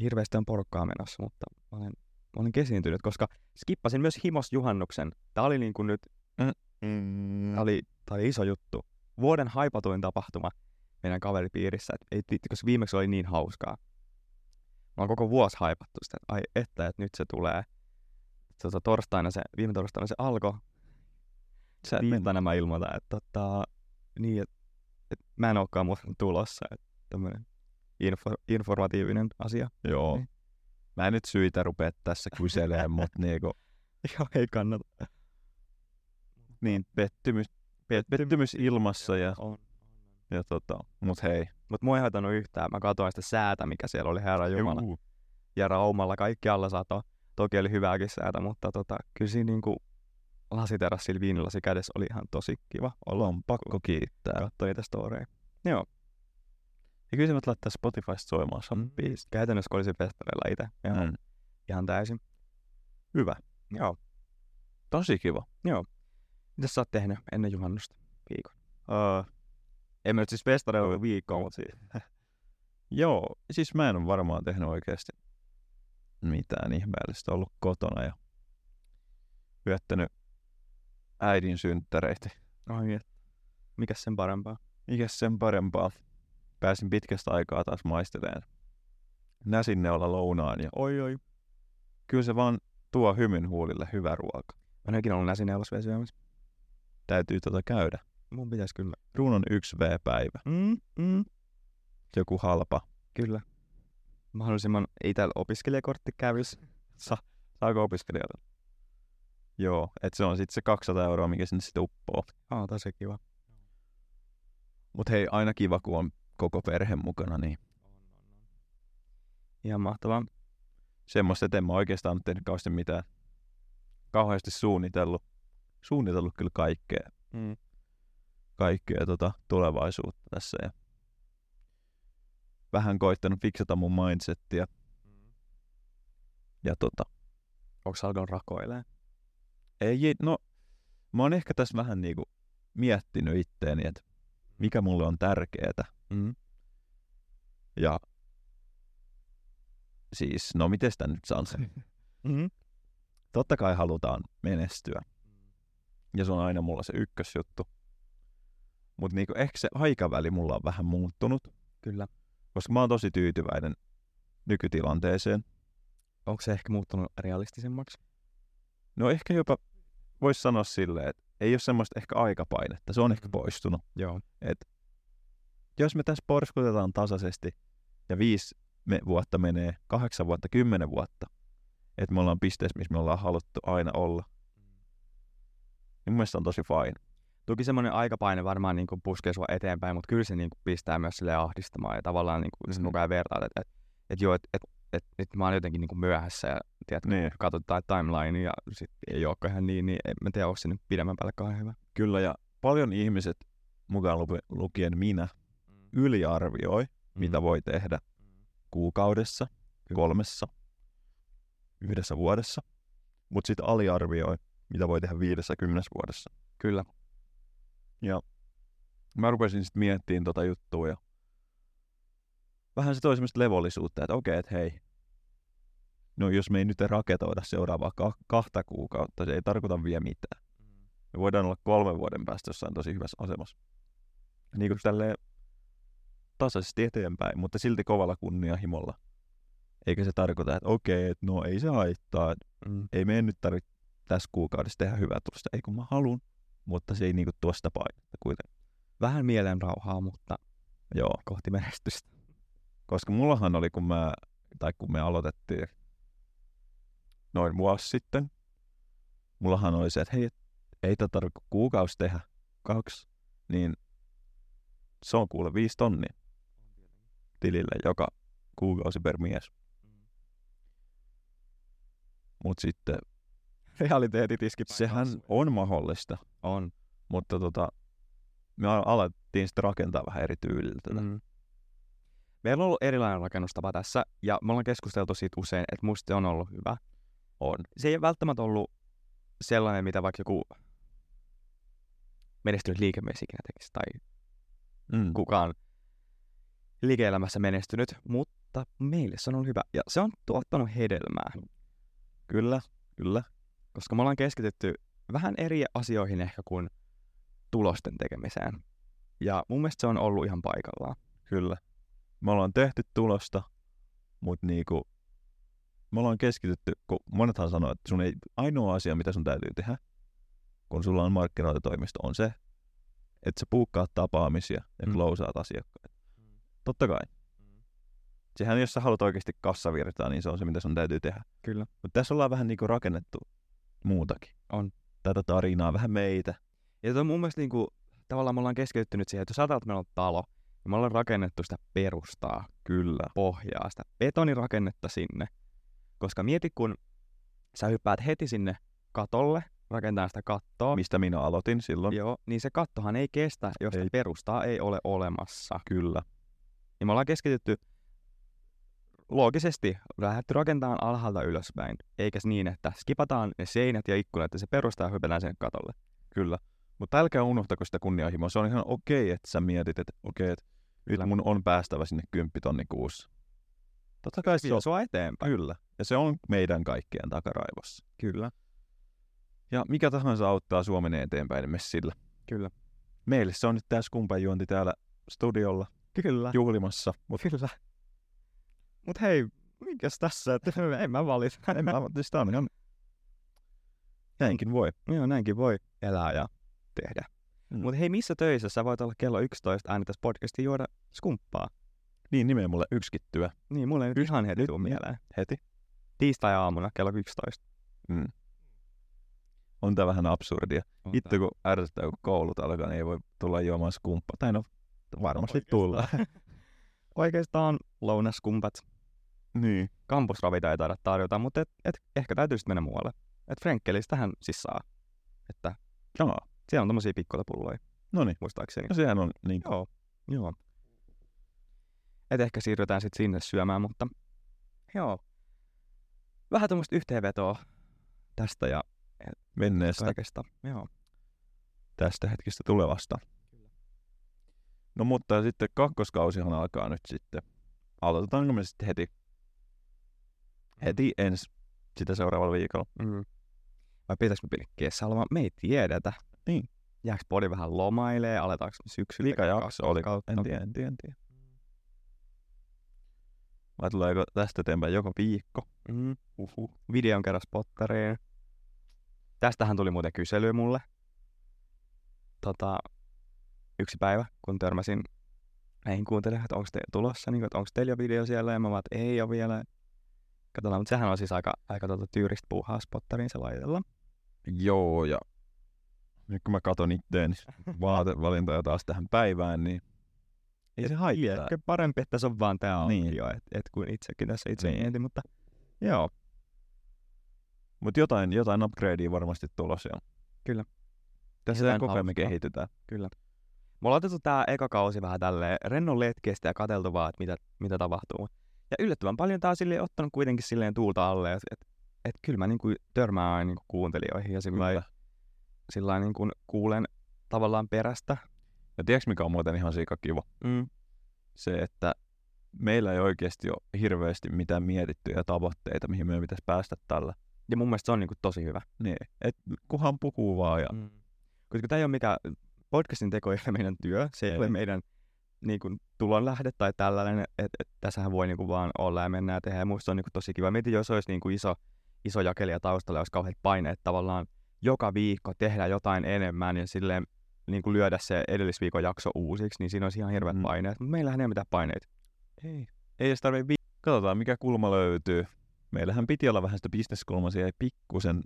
B: Hirveästi on porukkaa menossa, mutta mä olen mä olin kesiintynyt, koska skippasin myös himos juhannuksen. Tää oli niin kuin nyt
A: Mm.
B: Tämä oli, tää oli iso juttu. Vuoden haipatuin tapahtuma meidän kaveripiirissä, et ei, tit- koska viimeksi oli niin hauskaa. Mä oon koko vuosi haipattu sitä, että ai että, että nyt se tulee. Tota, torstaina se, viime torstaina se alkoi.
A: Sä et mennyt.
B: Tiistaina mä ilmoitan, että tota, niin, et, et mä en olekaan muuten tulossa. Että tämmönen info, informatiivinen asia.
A: Joo.
B: Niin.
A: Mä en nyt syitä rupea tässä kyselemään, mutta niinku,
B: Joo, ei kannata.
A: niin pettymys, pet, pettymys ilmassa ja,
B: On.
A: ja tota, mut hei.
B: Mut mua ei haitannut yhtään. Mä katsoin sitä säätä, mikä siellä oli, herra Jumala. ja Raumalla kaikki alla sato. Toki oli hyvääkin säätä, mutta tota, kyllä siinä niinku lasiterassilla viinilasi kädessä oli ihan tosi kiva olla.
A: Ollaan pakko kiittää.
B: Katsoi niitä storeja.
A: Ja kyllä se voit laittaa Spotifysta soimaan some biisi.
B: Mm. Käytännössä kun olisi festareilla itse. Ihan,
A: Mm.
B: ihan täysin.
A: Hyvä.
B: Joo.
A: Tosi kiva.
B: Mitä sä oot tehnyt ennen juhannusta viikon?
A: Uh,
B: Emme nyt siis festareilla viikkoa, mutta siis.
A: joo, siis mä en ole varmaan tehnyt oikeasti mitään ihmeellistä. Ollut kotona ja viettänyt äidin synttäreitä.
B: Ai, et. Mikäs sen parempaa?
A: Mikäs sen parempaa? Pääsin pitkästä aikaa taas maisteleen näsinneolla lounaan ja
B: Oi, oi.
A: kyllä se vaan tuo hymyn huulille hyvä ruoka.
B: Mä en ole ikinä ollut näsin vielä syömässä.
A: Täytyy tota käydä.
B: Mun pitäis kyllä.
A: Runon 1V-päivä.
B: Mm, mm.
A: Joku halpa.
B: Kyllä. Mahdollisimman ei täällä opiskelijakortti kävis.
A: Saako opiskelijalle? Joo, et se on sitten se 200 euroa, mikä sinne sitten uppoo.
B: Aa, tosi kiva.
A: Mut hei, aina kiva, kun on koko perhe mukana, niin
B: Ihan mahtavaa.
A: semmoista, että en mä oikeastaan ole tehnyt kauheasti mitään. Kauheasti suunnitellut. Suunnitellut kyllä kaikkea.
B: Mm.
A: Kaikkea tota tulevaisuutta tässä ja vähän koittanut fiksata mun mindsettiä ja tota,
B: Onko alkanut rakoilee?
A: Ei, ei, no mä oon ehkä tässä vähän niinku miettinyt itteeni, että mikä mulle on tärkeetä.
B: Mm.
A: Ja siis, no miten sitä nyt sanon?
B: Mm-hmm.
A: Totta kai halutaan menestyä. Ja se on aina mulla se ykkösjuttu. Mutta niinku ehkä se aikaväli mulla on vähän muuttunut,
B: Kyllä.
A: koska mä oon tosi tyytyväinen nykytilanteeseen.
B: Onko se ehkä muuttunut realistisemmaksi?
A: No ehkä jopa voisi sanoa silleen, että ei ole semmoista ehkä aikapainetta, se on ehkä poistunut.
B: Mm. Joo.
A: jos me tässä porskutetaan tasaisesti ja viisi me vuotta menee, kahdeksan vuotta, kymmenen vuotta, että me ollaan pisteessä, missä me ollaan haluttu aina olla,
B: Mm.
A: niin mun mielestä on tosi fine.
B: Toki semmoinen aikapaine varmaan niin puskee sua eteenpäin, mutta kyllä se niin pistää myös sille ahdistamaan ja tavallaan niin kuin, mm.
A: Mhm.
B: koko ajan vertaat, että et, et joo, että et, et, nyt mä oon jotenkin niin myöhässä ja tiedätkö,
A: Niin.
B: katsotaan timeline ja sit ei olekaan ihan niin, niin en mä tiedä, onko se nyt pidemmän päälle kauhean hyvä.
A: Kyllä, ja paljon ihmiset, mukaan lupe- lukien minä, Mm. yliarvioi, mitä voi tehdä kuukaudessa, kolmessa, yhdessä vuodessa, mutta sitten aliarvioi, mitä voi tehdä viidessä, kymmenessä vuodessa.
B: Kyllä.
A: mä rupesin sitten miettimään tota juttua ja vähän se toi semmoista levollisuutta, että okei, että hei, no jos me ei nyt raketoida seuraavaa ka- kahta kuukautta, se ei tarkoita vielä mitään. Me voidaan olla kolmen vuoden päästä jossain tosi hyvässä asemassa. Niin kuin tälleen tasaisesti eteenpäin, mutta silti kovalla kunnianhimolla. Eikä se tarkoita, että okei, että no ei se haittaa, että
B: Mm.
A: ei meidän nyt tarvitse tässä kuukaudessa tehdä hyvää tulosta, ei kun mä haluan, mutta se ei niinku tuosta painetta kuitenkaan.
B: Vähän mielen rauhaa, mutta
A: Joo.
B: kohti menestystä.
A: Koska mullahan oli, kun mä, tai kun me aloitettiin noin vuosi sitten, mullahan oli se, että hei, ei tätä tarvitse kuin kuukausi tehdä, kaksi, niin se on kuule viisi tonnia tilille joka kuukausi per mies. Mutta sitten
B: Realiteetit iski
A: sehän on mahdollista,
B: on.
A: mutta tota, me al- alettiin sitten rakentaa vähän eri tyylillä tätä.
B: Mm. Meillä on ollut erilainen rakennustapa tässä, ja me ollaan keskusteltu siitä usein, että musta se on ollut hyvä.
A: On.
B: Se ei ole välttämättä ollut sellainen, mitä vaikka joku menestynyt liikemies ikinä tekisi, tai
A: Mm.
B: kukaan liike-elämässä menestynyt, mutta meille se on ollut hyvä, ja se on tuottanut hedelmää,
A: Kyllä, kyllä.
B: koska me ollaan keskitytty vähän eri asioihin ehkä kuin tulosten tekemiseen. Ja mun mielestä se on ollut ihan paikallaan.
A: Kyllä. Me ollaan tehty tulosta, mutta niinku, me ollaan keskitytty, kun monethan sanoo, että sun ei, ainoa asia, mitä sun täytyy tehdä, kun sulla on markkinointitoimisto, on se, että sä puukkaat tapaamisia ja
B: Mm.
A: klousaat asiakkaita. Totta kai. Sehän, jos sä haluat oikeasti kassavirtaa, niin se on se, mitä sun täytyy tehdä.
B: Kyllä.
A: Mutta tässä ollaan vähän niinku rakennettu muutakin.
B: On.
A: Tätä tarinaa, vähän meitä.
B: Ja se on mun mielestä niinku, tavallaan me ollaan keskittynyt siihen, että jos ajatellaan, että meillä on talo, niin me ollaan rakennettu sitä perustaa,
A: Kyllä.
B: pohjaa, sitä betonirakennetta sinne. Koska mieti, kun sä hyppäät heti sinne katolle, rakentaa sitä kattoa,
A: Mistä minä aloitin silloin.
B: Joo, niin se kattohan ei kestä, jos ei.
A: Ei.
B: perustaa ei ole olemassa.
A: Kyllä.
B: Niin me ollaan keskitytty loogisesti lähdetty rakentamaan alhaalta ylöspäin, eikä se niin, että skipataan ne seinät ja ikkunat ja se perustaa ja hypätään sen katolle.
A: Kyllä. Mutta älkää unohtako sitä kunnianhimoa. Se on ihan okei, että sä mietit, että okei, että nyt
B: Kyllä.
A: mun on päästävä sinne 10 tonni kuussa. Totta kai se
B: Vie
A: on.
B: sua eteenpäin.
A: Kyllä. Ja se on meidän kaikkien takaraivossa.
B: Kyllä.
A: Ja mikä tahansa auttaa Suomen eteenpäin, niin me sillä.
B: Kyllä.
A: Meille se on nyt tässä kumpan juonti täällä studiolla
B: Kyllä.
A: juhlimassa, mutta
B: Kyllä. Mut hei, mikäs tässä, että en mä valita.
A: en mä siis tää on ihan... Näinkin voi.
B: Joo, näinkin voi elää ja tehdä.
A: Mm.
B: Mut hei, missä töissä sä voit olla kello 11 äänitäs podcastia juoda skumppaa?
A: Niin nimeä mulle yksittyä
B: Niin, mulle ei nyt ihan heti
A: nyt-
B: tuu
A: nyt-
B: mieleen.
A: heti.
B: tiistai-aamuna kello 11.
A: On tää vähän absurdia. Itse
B: Itse
A: kun ärsyttää, kun koulut alkaa, niin ei voi tulla juomaan skumppaa. Tai no, varmasti
B: Oikeastaan.
A: tulla.
B: oikeastaan lounaskumpat.
A: niin.
B: Kampusravita ei taida tarjota, mutta et, et, ehkä täytyy sitten mennä muualle. Et Frenkkelistähän siis saa. Että
A: Joo.
B: siellä on tommosia pikkuja pulloja,
A: No niin.
B: muistaakseni.
A: No sehän on niin kuin,
B: Joo, joo. Et ehkä siirrytään sitten sinne syömään, mutta joo. Vähän tuommoista yhteenvetoa tästä ja
A: menneestä
B: kaikesta. Joo.
A: tästä hetkestä tulevasta. No mutta sitten kakkoskausihan alkaa nyt sitten. Aloitetaanko me sitten heti? Heti ensi sitä seuraavalla viikolla.
B: Mm. Vai pitääkö me pitää kesäloma? Me ei tiedetä.
A: Niin.
B: Jääks podi vähän lomailee, aletaanko me syksyllä?
A: Mikä jakso oli?
B: kautta?
A: En tiedä, en tiedä, en tiedä. Vai tuleeko tästä eteenpäin joka viikko? Mm-hmm.
B: Mm. Uhu. Videon kerran spotteriin. Tästähän tuli muuten kysely mulle. Tota, yksi päivä, kun törmäsin näihin kuuntelijoihin, että onko te tulossa, niin että onko teillä jo video siellä, ja mä vaan, että ei ole vielä. Katsotaan, mutta sehän on siis aika, aika tuota tyyristä puuhaa spotteriin se laitella.
A: Joo, ja nyt kun mä katon itteen vaatevalintoja taas tähän päivään, niin ei se haittaa.
B: Ehkä parempi, että se on vaan tää
A: Niin.
B: audio, et, et kun itsekin tässä itse
A: Niin.
B: mietin, mutta joo,
A: Mutta jotain, jotain upgradea varmasti tulossa on.
B: Kyllä.
A: Tässä
B: Jotain
A: koko ajan me
B: hauskaa.
A: kehitetään.
B: Me ollaan otettu tää eka kausi vähän tälleen rennon letkeistä ja katseltu vaan, että mitä, mitä tapahtuu. Ja yllättävän paljon tää on silleen ottanut kuitenkin silleen tuulta alle, että et, et kyllä mä niinku törmään aina niinku kuuntelijoihin ja sillä
A: Kyllä.
B: lailla niinku kuulen tavallaan perästä.
A: Ja tiedätkö mikä on muuten ihan sikakiva?
B: Mm.
A: Se, että meillä ei oikeasti ole hirveästi mitään mietittyjä tavoitteita, mihin meidän pitäisi päästä tällä.
B: Ja mun mielestä se on niinku tosi hyvä.
A: Niin, et kuhan puhuu vaan ja
B: Mm. Koska tämä ei ole mikään podcastin teko ei ole meidän työ, se ei,
A: Ei.
B: ole meidän niin kuin, tulonlähde tai tällainen, että et, tässähän voi niin kuin, vaan olla ja mennä ja tehdä. Ja musta se on niin kuin, tosi kiva. Mietin, jos olisi niin kuin, iso, iso jakelija taustalla, olisi kauheat paineet tavallaan joka viikko tehdä jotain enemmän ja silleen niin kuin lyödä se edellisviikon jakso uusiksi, niin siinä olisi ihan hirveät
A: Mm.
B: mm. paineet. Mutta meillähän ei ole mitään paineita.
A: ei, ei edes tarvitse vi- Katsotaan, mikä kulma löytyy. Meillähän piti olla vähän sitä bisneskulmaa, se jäi pikkusen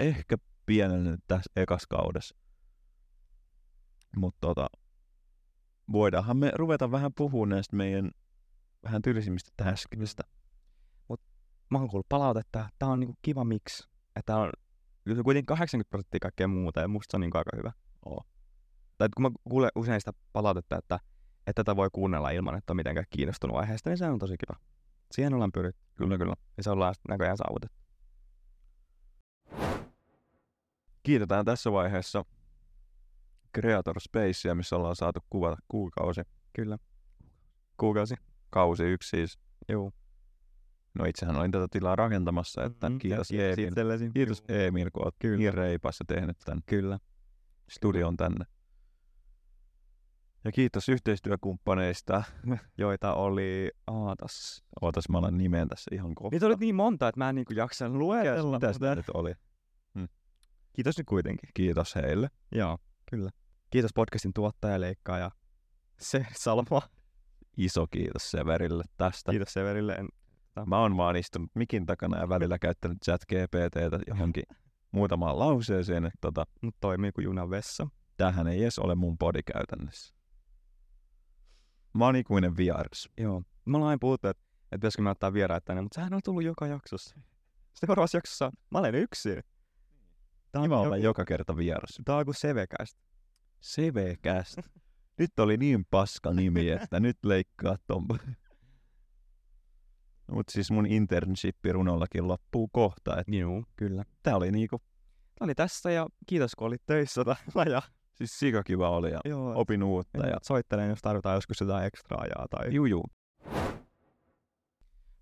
A: ehkä pienennyt tässä ekas kaudessa. Mutta tota, voidaanhan me ruveta vähän puhumaan näistä meidän vähän tylsimmistä täskeistä.
B: Mä oon kuullut palautetta, että tämä on niin kuin, kiva miksi. Että tää on kyllä kuitenkin 80 prosenttia kaikkea muuta ja musta se on niin kuin, aika hyvä. tai kun mä kuulen usein sitä palautetta, että, että tätä voi kuunnella ilman, että on mitenkään kiinnostunut aiheesta, niin se on tosi kiva. Siihen ollaan pyritty. Kyllä, kyllä. Ja se ollaan näköjään saavutettu.
A: kiitetään tässä vaiheessa Creator Spacea, missä ollaan saatu kuvata kuukausi,
B: Kyllä. Kuukausi.
A: kausi yksi siis.
B: Joo.
A: No itsehän olin tätä tilaa rakentamassa, että
B: Mm,
A: kiitos
B: ja kiitos
A: Eemil.
B: itsellesi.
A: Kiitos
B: Juu.
A: Eemil, kun oot
B: Kyllä.
A: niin reipas ja tehnyt tämän
B: Kyllä.
A: studion tänne. Ja kiitos yhteistyökumppaneista.
B: Joita oli... Aatas.
A: Ootas, mä alan nimen tässä ihan kohta.
B: Niitä oli niin monta, että mä en niinku jaksan luetella.
A: Mitä sitä
B: mutta-
A: nyt oli? Hmm.
B: Kiitos nyt kuitenkin.
A: Kiitos heille.
B: Joo, kyllä. Kiitos podcastin tuottaja, leikkaaja Se Salma.
A: Iso kiitos Severille tästä.
B: Kiitos Severille. En...
A: Mä oon vaan istunut mikin takana ja välillä käyttänyt chat GPTtä johonkin muutamaan lauseeseen, että tota,
B: Mut toimii kuin junan vessa.
A: tämähän ei edes ole mun body käytännössä. Mä oon ikuinen vieras.
B: Joo. Mä ollaan aina puhuttu, että, että pitäisikö me ottaa vieraat tänne, mutta sehän on tullut joka jaksossa. Sitten seuraavassa jaksossa mä olen yksin. Tää
A: Kiva olla
B: joku-
A: joka kerta vieras.
B: Tää on kuin sevekäistä.
A: CVCast. Nyt oli niin paska nimi, että nyt leikkaa ton. Mut siis mun internship runollakin loppuu kohta. Et
B: Joo, kyllä.
A: tää oli niinku,
B: Tää oli tässä ja kiitos kun olit töissä täällä. Ja,
A: siis sikakiva oli ja
B: joo,
A: opin uutta ja
B: soittelen, jos tarvitaan joskus jotain ekstraa ajaa tai...
A: juju.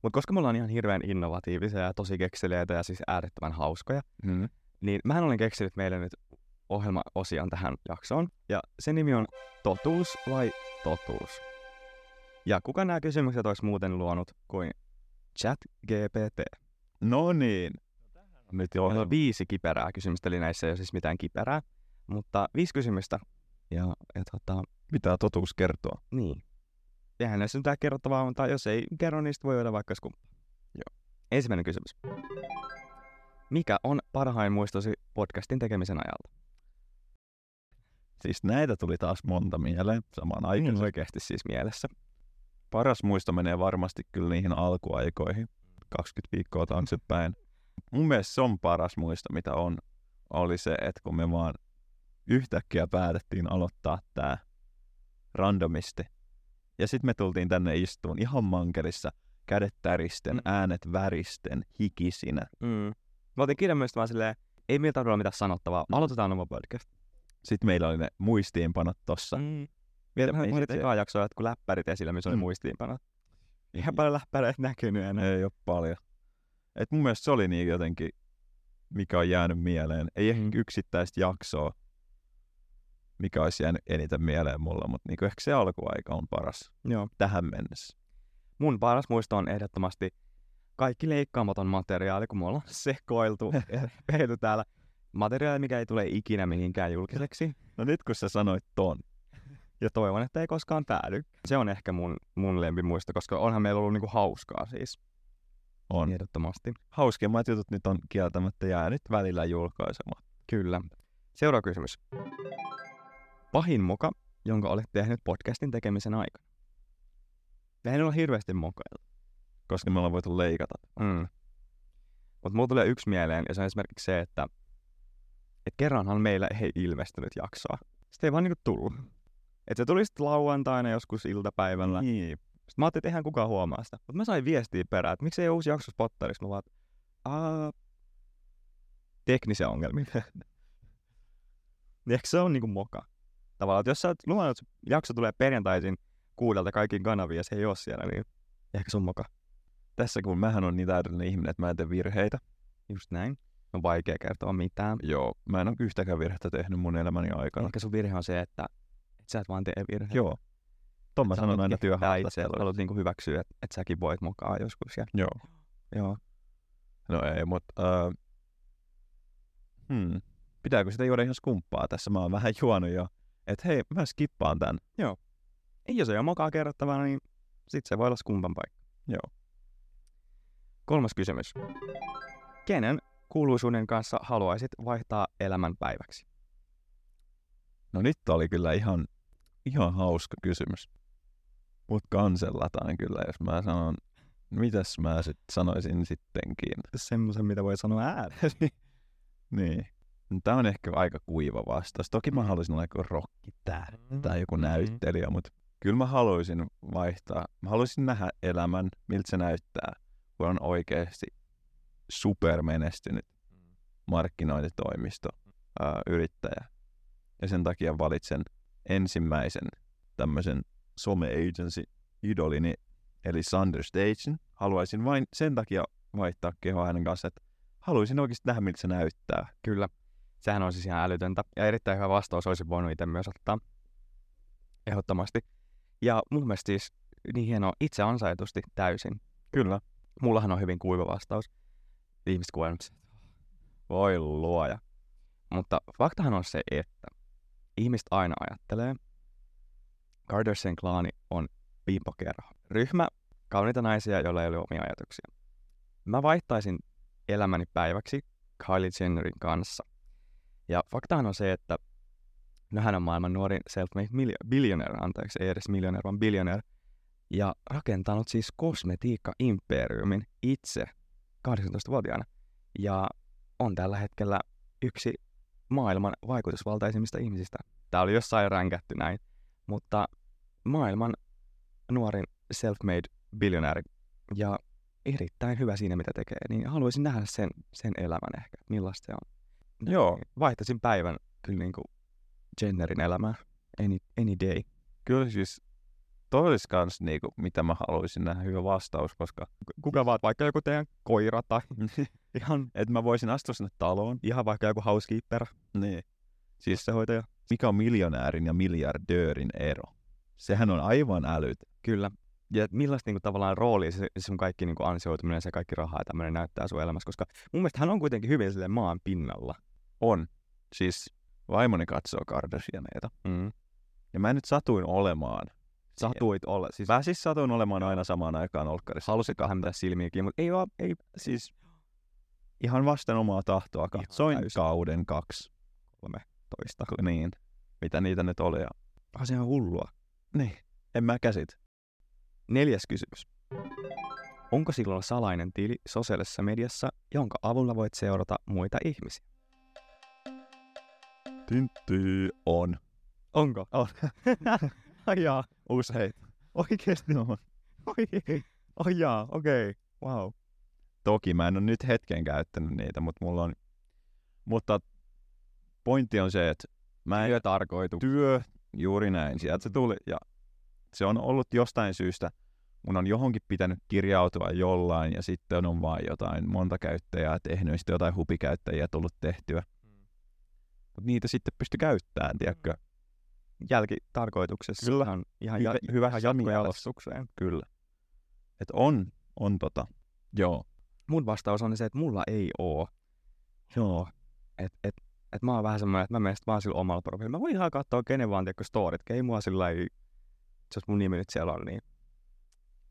B: Mutta koska me ollaan ihan hirveän innovatiivisia ja tosi kekseliäitä ja siis äärettömän hauskoja,
A: Mm.
B: niin mähän olen keksinyt meille nyt ohjelmaosian tähän jaksoon. Ja sen nimi on Totuus vai Totuus? Ja kuka nämä kysymykset olisi muuten luonut kuin chat GPT?
A: No niin. Nyt jo.
B: Meillä on viisi kiperää kysymystä, eli näissä ei ole siis mitään kiperää, mutta viisi kysymystä. Ja, ja tota,
A: Mitä totuus kertoo?
B: niin. Eihän näissä mitään kerrottavaa on, tai jos ei kerro, niin sit voi olla vaikka skumpa. Joo. Ensimmäinen kysymys. Mikä on parhain muistosi podcastin tekemisen ajalta?
A: Siis näitä tuli taas monta mieleen samaan aikaan.
B: Ihan oikeasti siis mielessä.
A: Paras muisto menee varmasti kyllä niihin alkuaikoihin, 20 viikkoa taaksepäin. Mun mielestä se on paras muisto, mitä on, oli se, että kun me vaan yhtäkkiä päätettiin aloittaa tää randomisti. Ja sitten me tultiin tänne istuun ihan mankelissa, kädet täristen,
B: Mm.
A: äänet väristen, hikisinä.
B: Mm. Mä otin kirjan myös vaan silleen, ei meillä tarvitse olla mitään sanottavaa,
A: Mm.
B: aloitetaan oma podcast.
A: Sitten meillä oli ne muistiinpanot tossa.
B: Mm.
A: Ja
B: Mä
A: ei
B: olin
A: sit-
B: ekaa jaksoa jotkut läppärit esillä, missä oli
A: Mm.
B: muistiinpanot. Ihan paljon läppäreitä näkynyt enää.
A: Ei ole paljon. Et mun mielestä se oli niin jotenkin, mikä on jäänyt mieleen. Ei ehkä
B: Mm.
A: yksittäistä jaksoa, mikä olisi jäänyt eniten mieleen mulla, mutta niin ehkä se alkuaika on paras
B: Joo.
A: tähän mennessä.
B: Mun paras muisto on ehdottomasti kaikki leikkaamaton materiaali, kun me ollaan sekoiltu ja peity täällä. Materiaali, mikä ei tule ikinä mihinkään julkiseksi.
A: No nyt kun sä sanoit ton,
B: Ja toivon, että ei koskaan päädy. Se on ehkä mun, mun lempimuisto, koska onhan meillä ollut niinku hauskaa siis.
A: on. Yeah.
B: Ehdottomasti.
A: Hauskemmat jutut nyt on kieltämättä jäänyt välillä julkaisemaan.
B: Kyllä. Seuraava kysymys. Pahin moka, jonka olet tehnyt podcastin tekemisen aikana? Mehän ei ole hirveästi mokailla.
A: Koska me ollaan voitu leikata.
B: Mm. Mutta mulla tulee yksi mieleen, ja se on esimerkiksi se, että et kerranhan meillä ei ilmestynyt jaksoa. Sitten ei vaan niinku tullut. Et se tuli sitten lauantaina joskus iltapäivällä.
A: Niin.
B: Sitten mä ajattelin, että eihän kukaan huomaa sitä. Mutta mä sain viestiä perään, että miksei ole uusi jakso spottarissa. Mä vaan, että, "Aa, teknisiä ongelmia. Niin Eikö se on niinku moka? Tavallaan, että jos sä oot luvannut, että se jakso tulee perjantaisin kuudelta kaikkiin kanaviin ja se ei ole siellä, niin ehkä se on moka.
A: Tässä kun mähän on niin täydellinen ihminen, että mä en tee virheitä.
B: Just näin. On vaikea kertoa mitään.
A: Joo. Mä en ole yhtäkään virhettä tehnyt mun elämäni aikana.
B: Ehkä sun virhe on se, että, että sä et vaan tee virheitä.
A: Joo. Ton mä
B: Sä
A: sanon
B: haluat
A: aina
B: kehittää
A: työhaastatteluissa.
B: itseäsi, Haluat niinku hyväksyä, että, että säkin voit mokaa joskus. Ja,
A: Joo.
B: joo.
A: No ei, mutta... Äh, hmm, pitääkö sitä juoda ihan skumppaa tässä? Mä oon vähän juonut jo. Että hei, mä skippaan tän.
B: Ei, jos ei ole mokaa kerrottavana, niin sit se voi olla skumpan paikka.
A: Joo.
B: Kolmas kysymys. Kenen kuuluisuuden kanssa haluaisit vaihtaa elämän päiväksi?
A: No nyt oli kyllä ihan, ihan hauska kysymys. Mut kansellataan kyllä, jos mä sanon... Mitäs mä sit sanoisin sittenkin?
B: Semmoisen, mitä voi sanoa ääneen.
A: Niin. No Tää on ehkä aika kuiva vastaus. Toki mä haluaisin olla joku rockitää tai joku näyttelijä, mutta kyllä mä haluaisin vaihtaa. Mä haluaisin nähdä elämän, miltä se näyttää, kun on oikeasti supermenestynyt markkinointitoimisto, ää, yrittäjä. Ja sen takia valitsen ensimmäisen tämmöisen some-agency idolini eli Sander Stagen, haluaisin vain sen takia vaihtaa kehoa hänen kanssa, että haluaisin oikeasti nähdä, miltä se näyttää.
B: Kyllä. Sehän on siis ihan älytöntä. Ja erittäin hyvä vastaus olisi voinut itse myös ottaa. Ehdottomasti. Ja mun mielestä siis niin hienoa itse ansaitusti täysin.
A: Kyllä.
B: Mullahan on hyvin kuiva vastaus. Ihmiset kuulevat Voi luoja. Mutta faktahan on se, että ihmiset aina ajattelee, Kardashian klaani on pimpokerho. Ryhmä kauniita naisia, joilla ei ole omia ajatuksia. Mä vaihtaisin elämäni päiväksi Kylie Jennerin kanssa. Ja faktahan on se, että no hän on maailman nuorin self-made miljo- billionaire, anteeksi, ei edes miljoneer, vaan billionaire, ja rakentanut siis kosmetiikka-imperiumin itse 18-vuotiaana. Ja on tällä hetkellä yksi maailman vaikutusvaltaisimmista ihmisistä. Tää oli jossain ränkätty näin, mutta maailman nuorin self-made biljonääri. Ja erittäin hyvä siinä, mitä tekee, niin haluaisin nähdä sen, sen elämän ehkä, että millaista se on.
A: Joo.
B: Vaihtaisin päivän kyllä niin kuin Jennerin elämää any, any day.
A: Kyllä siis toi olisi kans niinku, mitä mä haluaisin nähdä, hyvä vastaus, koska Niin.
B: Kuka vaan, vaikka joku teidän koira tai ihan,
A: et mä voisin astua sinne taloon.
B: ihan vaikka joku housekeeper,
A: Niin. Siis
B: se hoitaja.
A: mikä on miljonäärin ja miljardöörin ero? Sehän on aivan älyt.
B: Kyllä. Ja millaista niinku, tavallaan roolia se, se sun kaikki niinku, ansioituminen, se kaikki raha ja tämmöinen näyttää sun elämässä, koska mun mielestä hän on kuitenkin hyvin sille maan pinnalla.
A: On. Siis vaimoni katsoo Kardashianeita.
B: Mm.
A: Ja mä nyt satuin olemaan.
B: Satuit olla, siis
A: Mä siis satuin olemaan aina samaan aikaan olkkarissa.
B: halusit hämmentää silmiäkin, mutta ei oo, ei
A: Siis ihan vasten omaa tahtoa
B: Ihan
A: katsoin
B: täysin.
A: kauden kaksi.
B: toista.
A: Niin. Mitä niitä nyt oli. Ja...
B: Ah, se on hullua.
A: Niin. En mä käsit.
B: Neljäs kysymys. Onko sinulla salainen tili sosiaalisessa mediassa, jonka avulla voit seurata muita ihmisiä?
A: Tyntti on.
B: Onko?
A: On.
B: Ai jaa.
A: Usein. Oikeesti on.
B: Oi, ai jaa, okei. Okay. Wow.
A: Toki mä en ole nyt hetken käyttänyt niitä, mutta mulla on... Mutta pointti on se, että mä en...
B: Työtarkoitu.
A: Työ, juuri näin. Sieltä se tuli ja se on ollut jostain syystä. Mun on johonkin pitänyt kirjautua jollain ja sitten on vaan jotain monta käyttäjää tehnyt ja sitten jotain hupikäyttäjiä tullut tehtyä.
B: Mm.
A: Mut niitä sitten pysty käyttämään, tiedätkö?
B: Jälkitarkoituksessa.
A: Kyllä.
B: Ihan, ihan,
A: Hyvä-
B: ja,
A: hyvässä
B: ihan
A: mielessä.
B: jatkojalostukseen.
A: Kyllä. Et on, on tota. Joo.
B: Mun vastaus on se, että mulla ei oo. Joo. Et, et, et mä oon vähän semmoinen, että mä menen sit vaan sillä omalla profiililla. Mä voin ihan katsoa kenen vaan, tiedätkö, storit. Ei mua sillä ei... Jos mun nimi nyt siellä on, niin...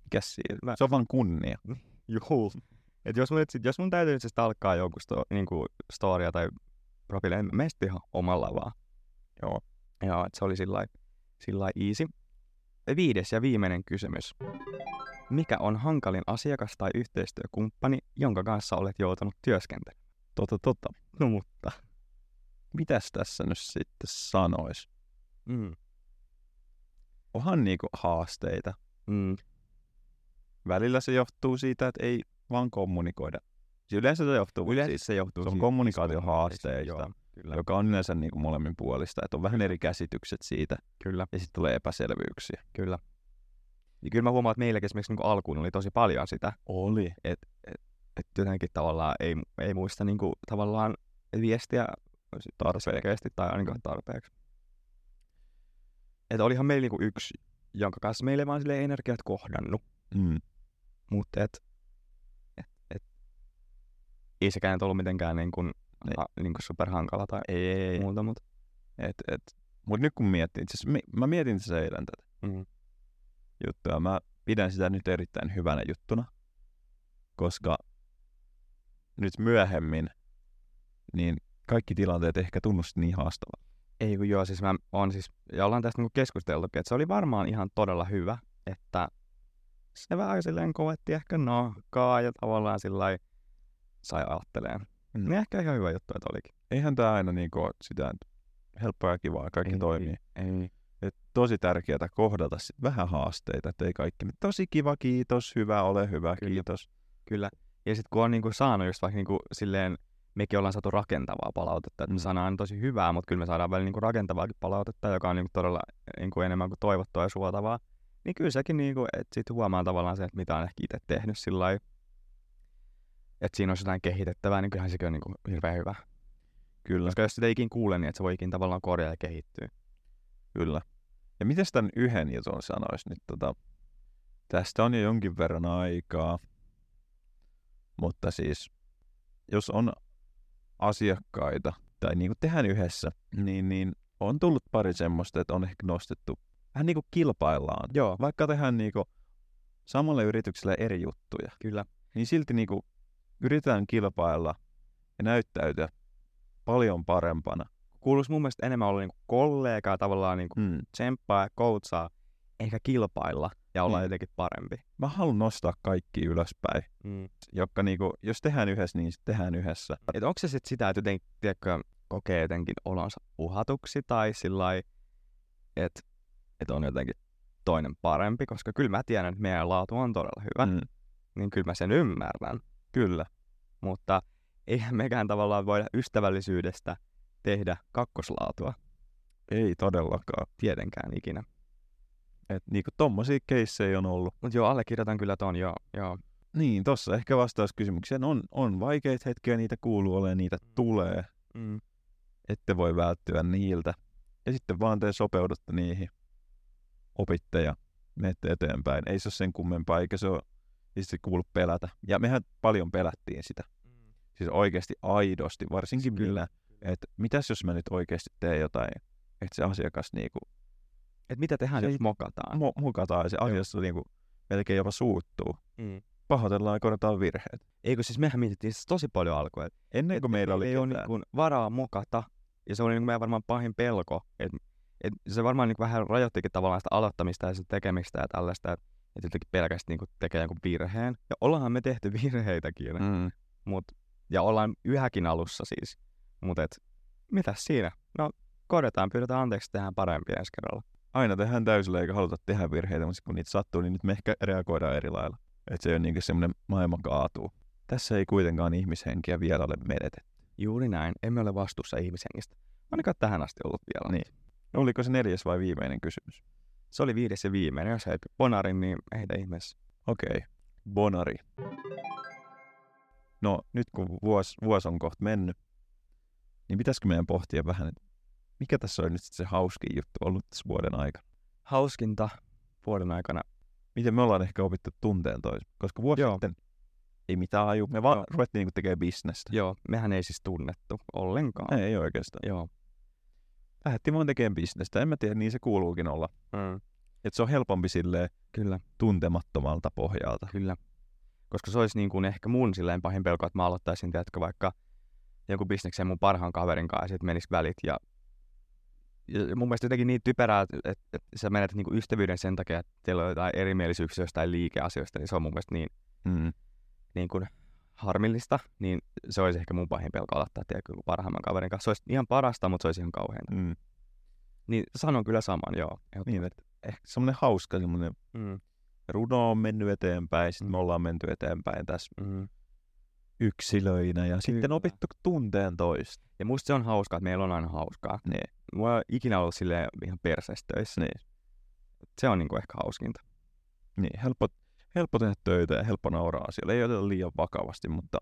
B: Mikäs siinä? Mä,
A: Se on vaan kunnia.
B: Juu. Et jos mun, nyt sit, jos mun täytyy nyt siis talkkaa jonkun sto, niinku storia tai profiilia, niin mene sitten ihan omalla vaan. Joo. Joo, et se oli sillä lailla easy. Viides ja viimeinen kysymys. Mikä on hankalin asiakas tai yhteistyökumppani, jonka kanssa olet joutunut työskentelemään?
A: Tota, tota.
B: No mutta.
A: Mitäs tässä nyt sitten sanois?
B: Mm.
A: Onhan niinku haasteita.
B: Mm.
A: Välillä se johtuu siitä, että ei vaan kommunikoida. Siis Yleensä se johtuu
B: Yleensä
A: siitä,
B: se johtuu
A: se on
B: siitä- siis
A: kommunikaatiohaasteista,
B: Joo, Kyllä.
A: joka on yleensä niinku molemmin puolista, että on vähän eri käsitykset siitä
B: Kyllä.
A: ja sitten tulee epäselvyyksiä.
B: Kyllä. Ja Niin kyllä mä huomaan, että meilläkin esimerkiksi niin alkuun oli tosi paljon sitä,
A: Oli.
B: että jotenkin tavallaan ei, ei muista niinku, tavallaan viestiä
A: Tarpeeksi.
B: selkeästi tai ainakaan tarpeeksi. Et olihan meillä niinku yksi, jonka kanssa meillä ei vaan silleen energiat kohdannut,
A: Mm.
B: mutta et, et, et, ei sekään nyt ollut mitenkään niinku,
A: Ei.
B: ha, niinku superhankala tai
A: Ei, ei, ei.
B: muuta, mutta
A: Et, et. Mut nyt kun miettii, itse asiassa mi- mä mietin tässä eilen tätä
B: Mm.
A: juttua. Mä pidän sitä nyt erittäin hyvänä juttuna, koska nyt myöhemmin niin kaikki tilanteet ehkä tunnusti niin haastavaa.
B: ei kun joo, siis mä on siis, ja ollaan tästä niinku keskusteltukin, että se oli varmaan ihan todella hyvä, että se vähän silleen koetti ehkä nahkaa ja tavallaan sillä sai ajatteleen.
A: Mm.
B: Niin ehkä ihan hyvä juttu, että olikin.
A: Eihän tämä aina niinku ole sitä että helppoa ja kivaa, kaikki
B: Ei,
A: toimii.
B: Ei.
A: Et tosi tärkeää kohdata sit vähän haasteita, ettei kaikki. mene, Tosi kiva, kiitos, hyvä, ole hyvä,
B: Kyllä.
A: kiitos.
B: Kyllä. Ja sitten kun on niinku saanut just vaikka niinku silleen, mekin ollaan saatu rakentavaa palautetta, että me
A: Mm.
B: saadaan aina tosi hyvää, mutta kyllä me saadaan välillä niinku rakentavaakin palautetta, joka on niinku todella niinku enemmän kuin toivottua ja suotavaa. Niin kyllä sekin niinku, että sit huomaa tavallaan sen, että mitä on ehkä itse tehnyt sillä lailla. Että siinä on jotain kehitettävää, niin kyllähän sekin on niinku hirveän hyvä.
A: Kyllä,
B: Koska jos sitä ei ikin kuule, niin että se voi ikin tavallaan korjaa ja kehittyä.
A: kyllä. Ja miten tämän yhden jutun sanois nyt? Tota, tästä on jo jonkin verran aikaa, mutta siis jos on asiakkaita tai niinku tehdään yhdessä, niin, niin on tullut pari semmoista, että on ehkä nostettu, vähän niinku kilpaillaan.
B: Joo,
A: Vaikka tehdään niinku samalle yritykselle eri juttuja,
B: kyllä.
A: niin silti niinku yritetään kilpailla ja näyttäytyä paljon parempana.
B: Kuuluisi mun mielestä enemmän olla niinku kollegaa tavallaan niinku
A: Mm.
B: tsemppaa ja koutsaa, eikä kilpailla ja olla
A: Mm.
B: mm. jotenkin parempi.
A: Mä haluan nostaa kaikki ylöspäin.
B: Mm.
A: jotka niinku, jos tehdään yhdessä, niin sit tehdään yhdessä.
B: Et onko se sit sitä, että jotenkin, tiedätkö, kokee jotenkin olonsa uhatuksi tai sillä että et on jotenkin toinen parempi, koska kyllä mä tiedän, että meidän laatu on todella hyvä,
A: Mm,
B: niin kyllä mä sen ymmärrän.
A: kyllä,
B: Mutta eihän mekään tavallaan voida ystävällisyydestä tehdä kakkoslaatua
A: ei todellakaan.
B: tietenkään ikinä.
A: Et niinku tommosia keissejä on ollut.
B: Mutta joo, allekirjoitan kyllä ton, joo, joo.
A: Niin, tossa ehkä vastaus kysymykseen on, on vaikeita hetkiä, niitä kuuluu olemaan, niitä tulee.
B: Mm.
A: Ette voi välttyä niiltä. Ja sitten vaan te sopeudutte niihin. Opitte ja menette eteenpäin. Ei se ole sen kummempaa, eikä se ole ei se kuulu pelätä. Ja mehän paljon pelättiin sitä. Siis oikeasti aidosti, varsinkin
B: Kyllä.
A: millä, että mitäs jos mä nyt oikeasti teen jotain, että se asiakas niinku
B: Et mitä tehdään,
A: Se
B: jos
A: ei-
B: mokataan?
A: mo- mukataan ja se asiassa niinku melkein jopa suuttuu.
B: Mm.
A: Pahoitellaan ja korjataan virheet.
B: Eikö siis mehän mietittiin siis tosi paljon alkuun, että
A: Ennen
B: Et
A: kuin meillä oli
B: ei ole niin
A: ketään.
B: kuin varaa mokata. Ja se oli niin kuin meidän varmaan pahin pelko. Et, et se varmaan niin kuin vähän rajoittikin tavallaan sitä aloittamista ja sitä tekemistä ja tällaista, että et jotenkin pelkästään niin kuin tekee jonkun virheen. Ja ollaanhan me tehty virheitäkin. Mm.
A: Mm.
B: Mut, ja ollaan yhäkin alussa siis. Mutta et, mitäs siinä? No korjataan, pyydetään anteeksi, tehdään parempi ensi kerralla.
A: Aina tehdään täysillä eikä haluta tehdä virheitä, mutta sit kun niitä sattuu, niin nyt me ehkä reagoidaan eri lailla. Että se ei ole niinku semmoinen maailma kaatuu. Tässä ei kuitenkaan ihmishenkiä vielä ole menetetty.
B: Juuri näin, emme ole vastuussa ihmishengistä. Ainakaan tähän asti ollut vielä.
A: Niin. Oliko se neljäs vai viimeinen kysymys?
B: Se oli viides ja viimeinen. Jos heit ponarin, niin heitä ihmeessä.
A: Okei, okay. Bonari. No nyt kun vuosi, vuosi on kohta mennyt, niin pitäisikö meidän pohtia vähän, että mikä tässä on nyt sit se hauskin juttu ollut tässä vuoden aikana?
B: Hauskinta vuoden aikana
A: miten me ollaan ehkä opittu tunteen toisen. Koska vuosi Joo.
B: Joo.
A: sitten ei mitään aju, me vaan
B: Joo.
A: ruvettiin niinku tekemään bisnestä.
B: Joo, mehän ei siis tunnettu ollenkaan.
A: Ei, ei oikeastaan.
B: Joo.
A: Lähdettiin vaan tekemään bisnestä. En mä tiedä, niin se kuuluukin olla.
B: Mm.
A: Et se on helpompi silleen
B: Kyllä,
A: tuntemattomalta pohjalta.
B: kyllä. Koska se olisi niin kuin ehkä mun silleen pahin pelko, että mä aloittaisin, tiedätkö, vaikka joku bisneksen mun parhaan kaverin kanssa ja sitten menis välit. Ja, ja mun mielestä jotenkin niin typerää, että, että, että sä menetät niin kuin ystävyyden sen takia, että teillä on jotain erimielisyyksiä jostain liikeasioista, niin se on mun mielestä niin,
A: Mm.
B: niin kuin harmillista, niin se olisi ehkä mun pahin pelko aloittaa, tiedätkö, joku parhaimman kaverin kanssa. Se olisi ihan parasta, mutta se olisi ihan kauheinta.
A: Mm.
B: Niin sanon kyllä saman, joo.
A: Niin, että ehkä semmoinen hauska semmoinen
B: Mm,
A: runo on mennyt eteenpäin, sitten
B: Mm.
A: me ollaan menty eteenpäin tässä
B: mm.
A: yksilöinä ja sitten
B: Kyllä.
A: opittu tunteen toista.
B: Ja musta se on hauskaa, että meillä on aina hauskaa.
A: Niin.
B: Mulla ei ole ikinä ollut silleen ihan perseessä töissä. Niin. Se on niinku ehkä hauskinta.
A: Niin, helppo, helppo tehdä töitä ja helppo nauraa asioille. Ei oteta liian vakavasti, mutta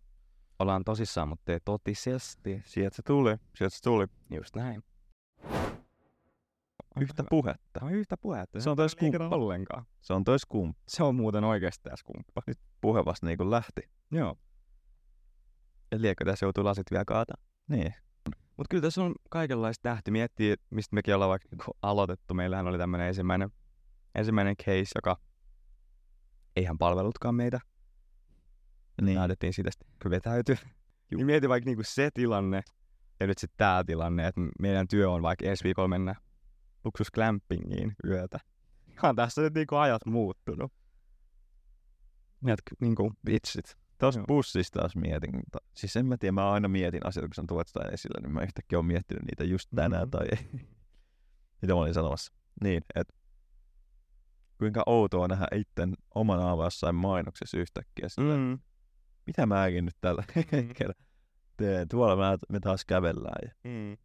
B: Ollaan tosissaan, mutta ei totisesti.
A: sieltä se tuli, sieltä se tuli.
B: Just näin.
A: Yhtä puhetta.
B: Tämä on yhtä puhetta.
A: Se on täys
B: liikennä
A: kumppa.
B: ollenkaan.
A: Se on tois kumpi.
B: Se on muuten oikeasti tässä kumppa. Nyt. niinku
A: Puhe vasta niin kuin lähti.
B: Joo. Ja liekö tässä joutuu lasit vielä kaata.
A: Niin.
B: Mutta kyllä tässä on kaikenlaista nähty. Miettii, mistä mekin ollaan vaikka niinku aloitettu. Meillähän oli tämmöinen ensimmäinen, ensimmäinen case, joka eihän palvelutkaan meitä.
A: Niin.
B: päädyttiin siitä sitten vetäytyä. Niin mieti vaikka niinku se tilanne ja nyt sitten tämä tilanne, että meidän työ on vaikka ensi viikolla mennä luksusklampingiin yötä. Ihan tässä nyt niinku ajat muuttunut. Jatk, niinku, vitsit.
A: Tuossa
B: Joo.
A: bussissa taas mietin, mutta siis en mä tiedä, mä aina mietin asioita, kun sä tuot sitä esille, niin mä yhtäkkiä oon miettinyt niitä just tänään
B: Mhm.
A: tai ei. Mitä mä olin sanomassa. Niin, että kuinka outoa nähdä itten oman aava jossain mainoksessa yhtäkkiä. Mm.
B: Mm.
A: Mitä mäkin nyt tällä hetkellä teen? Tuolla mä, me taas kävellään. Ja...
B: Mm.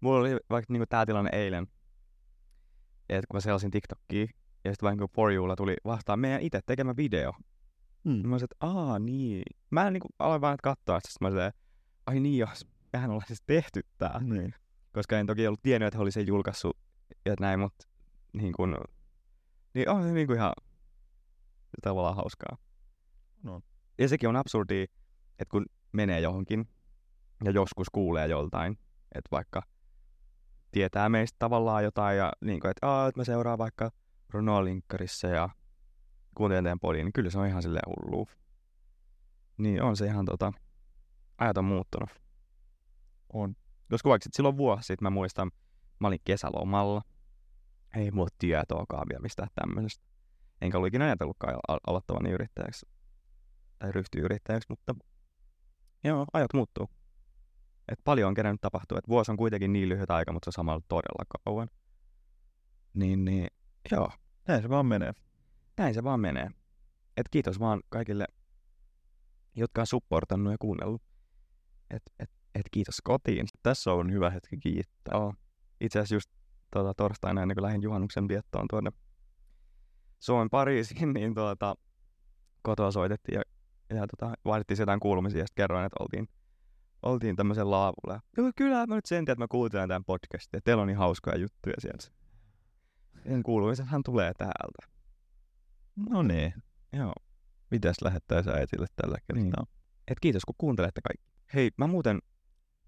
B: Mulla oli vaikka niinku tää tilanne eilen, että kun mä selasin TikTokia, Ja sitten vaan niin For Youlla tuli vastaan meidän itse tekemä video.
A: Mm.
B: Niin mä olisin, että aa niin. Mä niin kuin, aloin vaan katsoa, sitten mä olisin, että ai niin jos, mehän ollaan siis tehty tää.
A: Niin.
B: Koska en toki ollut tiennyt, että he oli sen julkaissut ja näin, mutta niin kuin, niin on se niin kuin ihan tavallaan hauskaa.
A: On.
B: Ja sekin on absurdi, että kun menee johonkin ja joskus kuulee joltain, että vaikka tietää meistä tavallaan jotain ja niin kuin, että, Aa, että mä seuraan vaikka Bruno Linkkarissa ja kuuntelen teidän podin, niin kyllä se on ihan silleen hullu. Niin on se ihan tota, ajat on muuttunut. On. Koska vaikka sit silloin vuosi sitten mä muistan, mä olin kesälomalla. Ei mulla ole tietoakaan vielä mistään tämmöisestä. Enkä ollut ikinä ajatellutkaan al- al- aloittavani yrittäjäksi. Tai ryhtyy yrittäjäksi, mutta joo, ajat muuttuu. Et paljon on kerännyt tapahtua. Et vuosi on kuitenkin niin lyhyt aika, mutta se on samalla todella kauan. Niin, niin, joo
A: Näin se vaan menee.
B: näin se vaan menee. Et kiitos vaan kaikille, jotka on supportannut ja kuunnellut. Et, et, et kiitos kotiin.
A: Tässä on hyvä hetki kiittää.
B: Oh. Itse asiassa just tota, torstaina ennen kuin lähdin juhannuksen viettoon tuonne Suomen Pariisiin, niin tuota, kotoa soitettiin ja, ja tota, vaihdettiin jotain kuulumisia ja sitten kerroin, että oltiin, oltiin tämmöisen laavulla. Ja, Joo, kyllä mä nyt sen tiedän, että mä kuuntelen tämän podcastin ja teillä on niin hauskoja juttuja sieltä. Sen kuulumisethan tulee täältä.
A: No niin.
B: Joo.
A: Mitäs lähettäisiin äitille tällä
B: Niin.
A: kertaa?
B: Et kiitos kun kuuntelette kaikki. Hei, mä muuten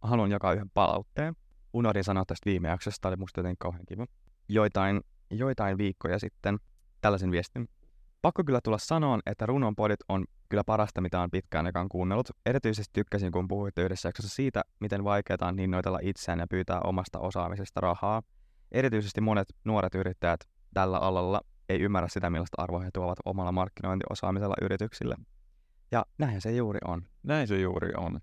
B: haluan jakaa yhden palautteen. Unohdin sanoa tästä viime jaksosta, tää oli musta jotenkin kauhean kiva. Joitain, joitain viikkoja sitten tällaisen viestin. Pakko kyllä tulla sanoon, että runonpodit on kyllä parasta, mitä on pitkään aikaan kuunnellut. Erityisesti tykkäsin, kun puhuitte yhdessä jaksossa siitä, miten vaikeaa on hinnoitella itseään ja pyytää omasta osaamisesta rahaa. Erityisesti monet nuoret yrittäjät tällä alalla ei ymmärrä sitä, millaista arvoa he tuovat omalla markkinointiosaamisella yrityksille. Ja näinhän se juuri on.
A: Näin se juuri on.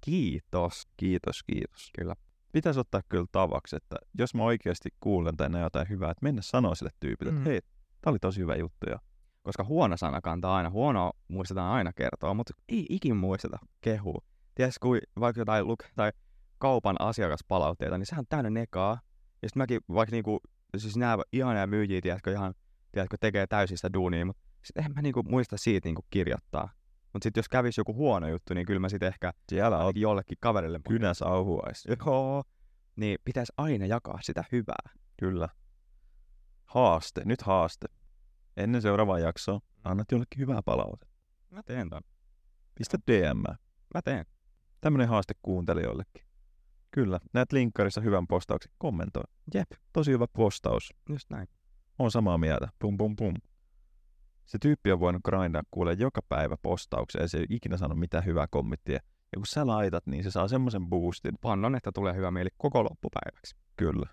B: Kiitos.
A: Kiitos, kiitos.
B: Kyllä.
A: Pitäisi ottaa kyllä tavaksi, että jos mä oikeasti kuulen tai näen jotain hyvää, että mennä sanoa sille tyypille, että
B: Mm.
A: hei, tää oli tosi hyvä juttu ja
B: Koska huono sana kantaa aina. Huono muistetaan aina kertoa, mutta ei ikin muisteta kehua. Ties kui vaikka jotain luk- tai kaupan asiakaspalautteita, niin sehän on täynnä nekaa. Ja sitten mäkin vaikka niinku, siis nää ihania myyjiä, tiedätkö, ihan, tiedätkö, tekee täysistä duunia, mutta sit en mä niinku muista siitä niinku kirjoittaa. Mutta sitten jos kävisi joku huono juttu, niin kyllä mä sitten ehkä
A: siellä on
B: ainakin jollekin kaverille
A: kynä sauhuais.
B: Joo. Niin pitäisi aina jakaa sitä hyvää.
A: Kyllä. Haaste, nyt haaste. Ennen seuraavaa jaksoa annat jollekin hyvää palautetta.
B: Mä teen ton.
A: Pistä DM.
B: Mä teen.
A: Tämmönen haaste kuuntelijoillekin. Kyllä, näet linkkarissa hyvän postauksen, kommentoi.
B: Jep,
A: Tosi hyvä postaus.
B: just näin.
A: on samaa mieltä. Pum pum pum. Se tyyppi on voinut grindaa kuulee joka päivä postauksia ja se ei ikinä sano mitään hyvää kommenttia. Ja kun sä laitat, niin se saa semmoisen boostin.
B: pannon, että tulee hyvä mieli koko loppupäiväksi.
A: Kyllä.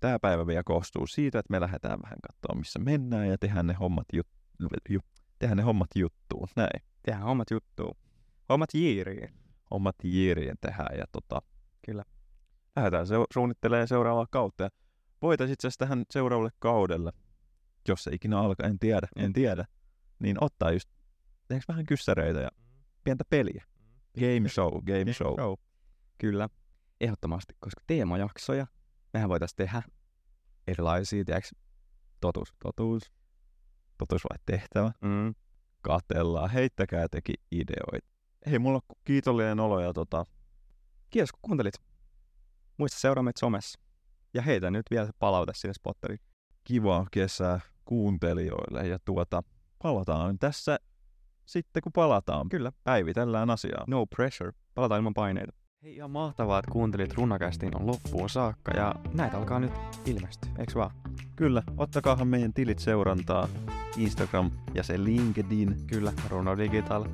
A: Tämä päivä vielä koostuu siitä, että me lähdetään vähän katsoa, missä mennään ja tehdään ne hommat, jut- ju- tehdään ne hommat juttuun. Näin.
B: Tehdään hommat juttuun. Hommat jiiriin.
A: Hommat jiirien tehdään ja tota...
B: Kyllä.
A: Lähdetään se- suunnittelemaan seuraavaa kautta. Ja voitaisiin itse asiassa tähän seuraavalle kaudelle, jos se ikinä alkaa, en tiedä, en
B: Mm.
A: tiedä, niin ottaa just tehdäänkö vähän kyssäreitä ja pientä peliä. Game show, game, show.
B: Kyllä, ehdottomasti, koska teemajaksoja mehän voitaisiin tehdä erilaisia, tiedäks, totuus, totuus.
A: Totuus vai tehtävä?
B: Mm.
A: Katellaan, heittäkää teki ideoita. Hei, mulla on kiitollinen olo ja tota,
B: Kiitos kun kuuntelit. Muista seuraa meitä somessa. Ja heitä nyt vielä se palaute sinne spotteriin.
A: kivaa kesää kuuntelijoille ja tuota, palataan tässä sitten kun palataan.
B: Kyllä.
A: Päivitellään asiaa.
B: No pressure. Palataan ilman paineita. Hei, ihan mahtavaa, että kuuntelit runakästin on loppuun saakka ja näitä alkaa nyt ilmestyä, eiks vaan?
A: Kyllä, ottakaahan meidän tilit seurantaa. Instagram ja se LinkedIn.
B: Kyllä, Runo Digital.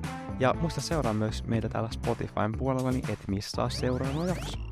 B: Ja muista seuraa myös meitä täällä Spotifyn puolella, niin et missaa seuraava jakso.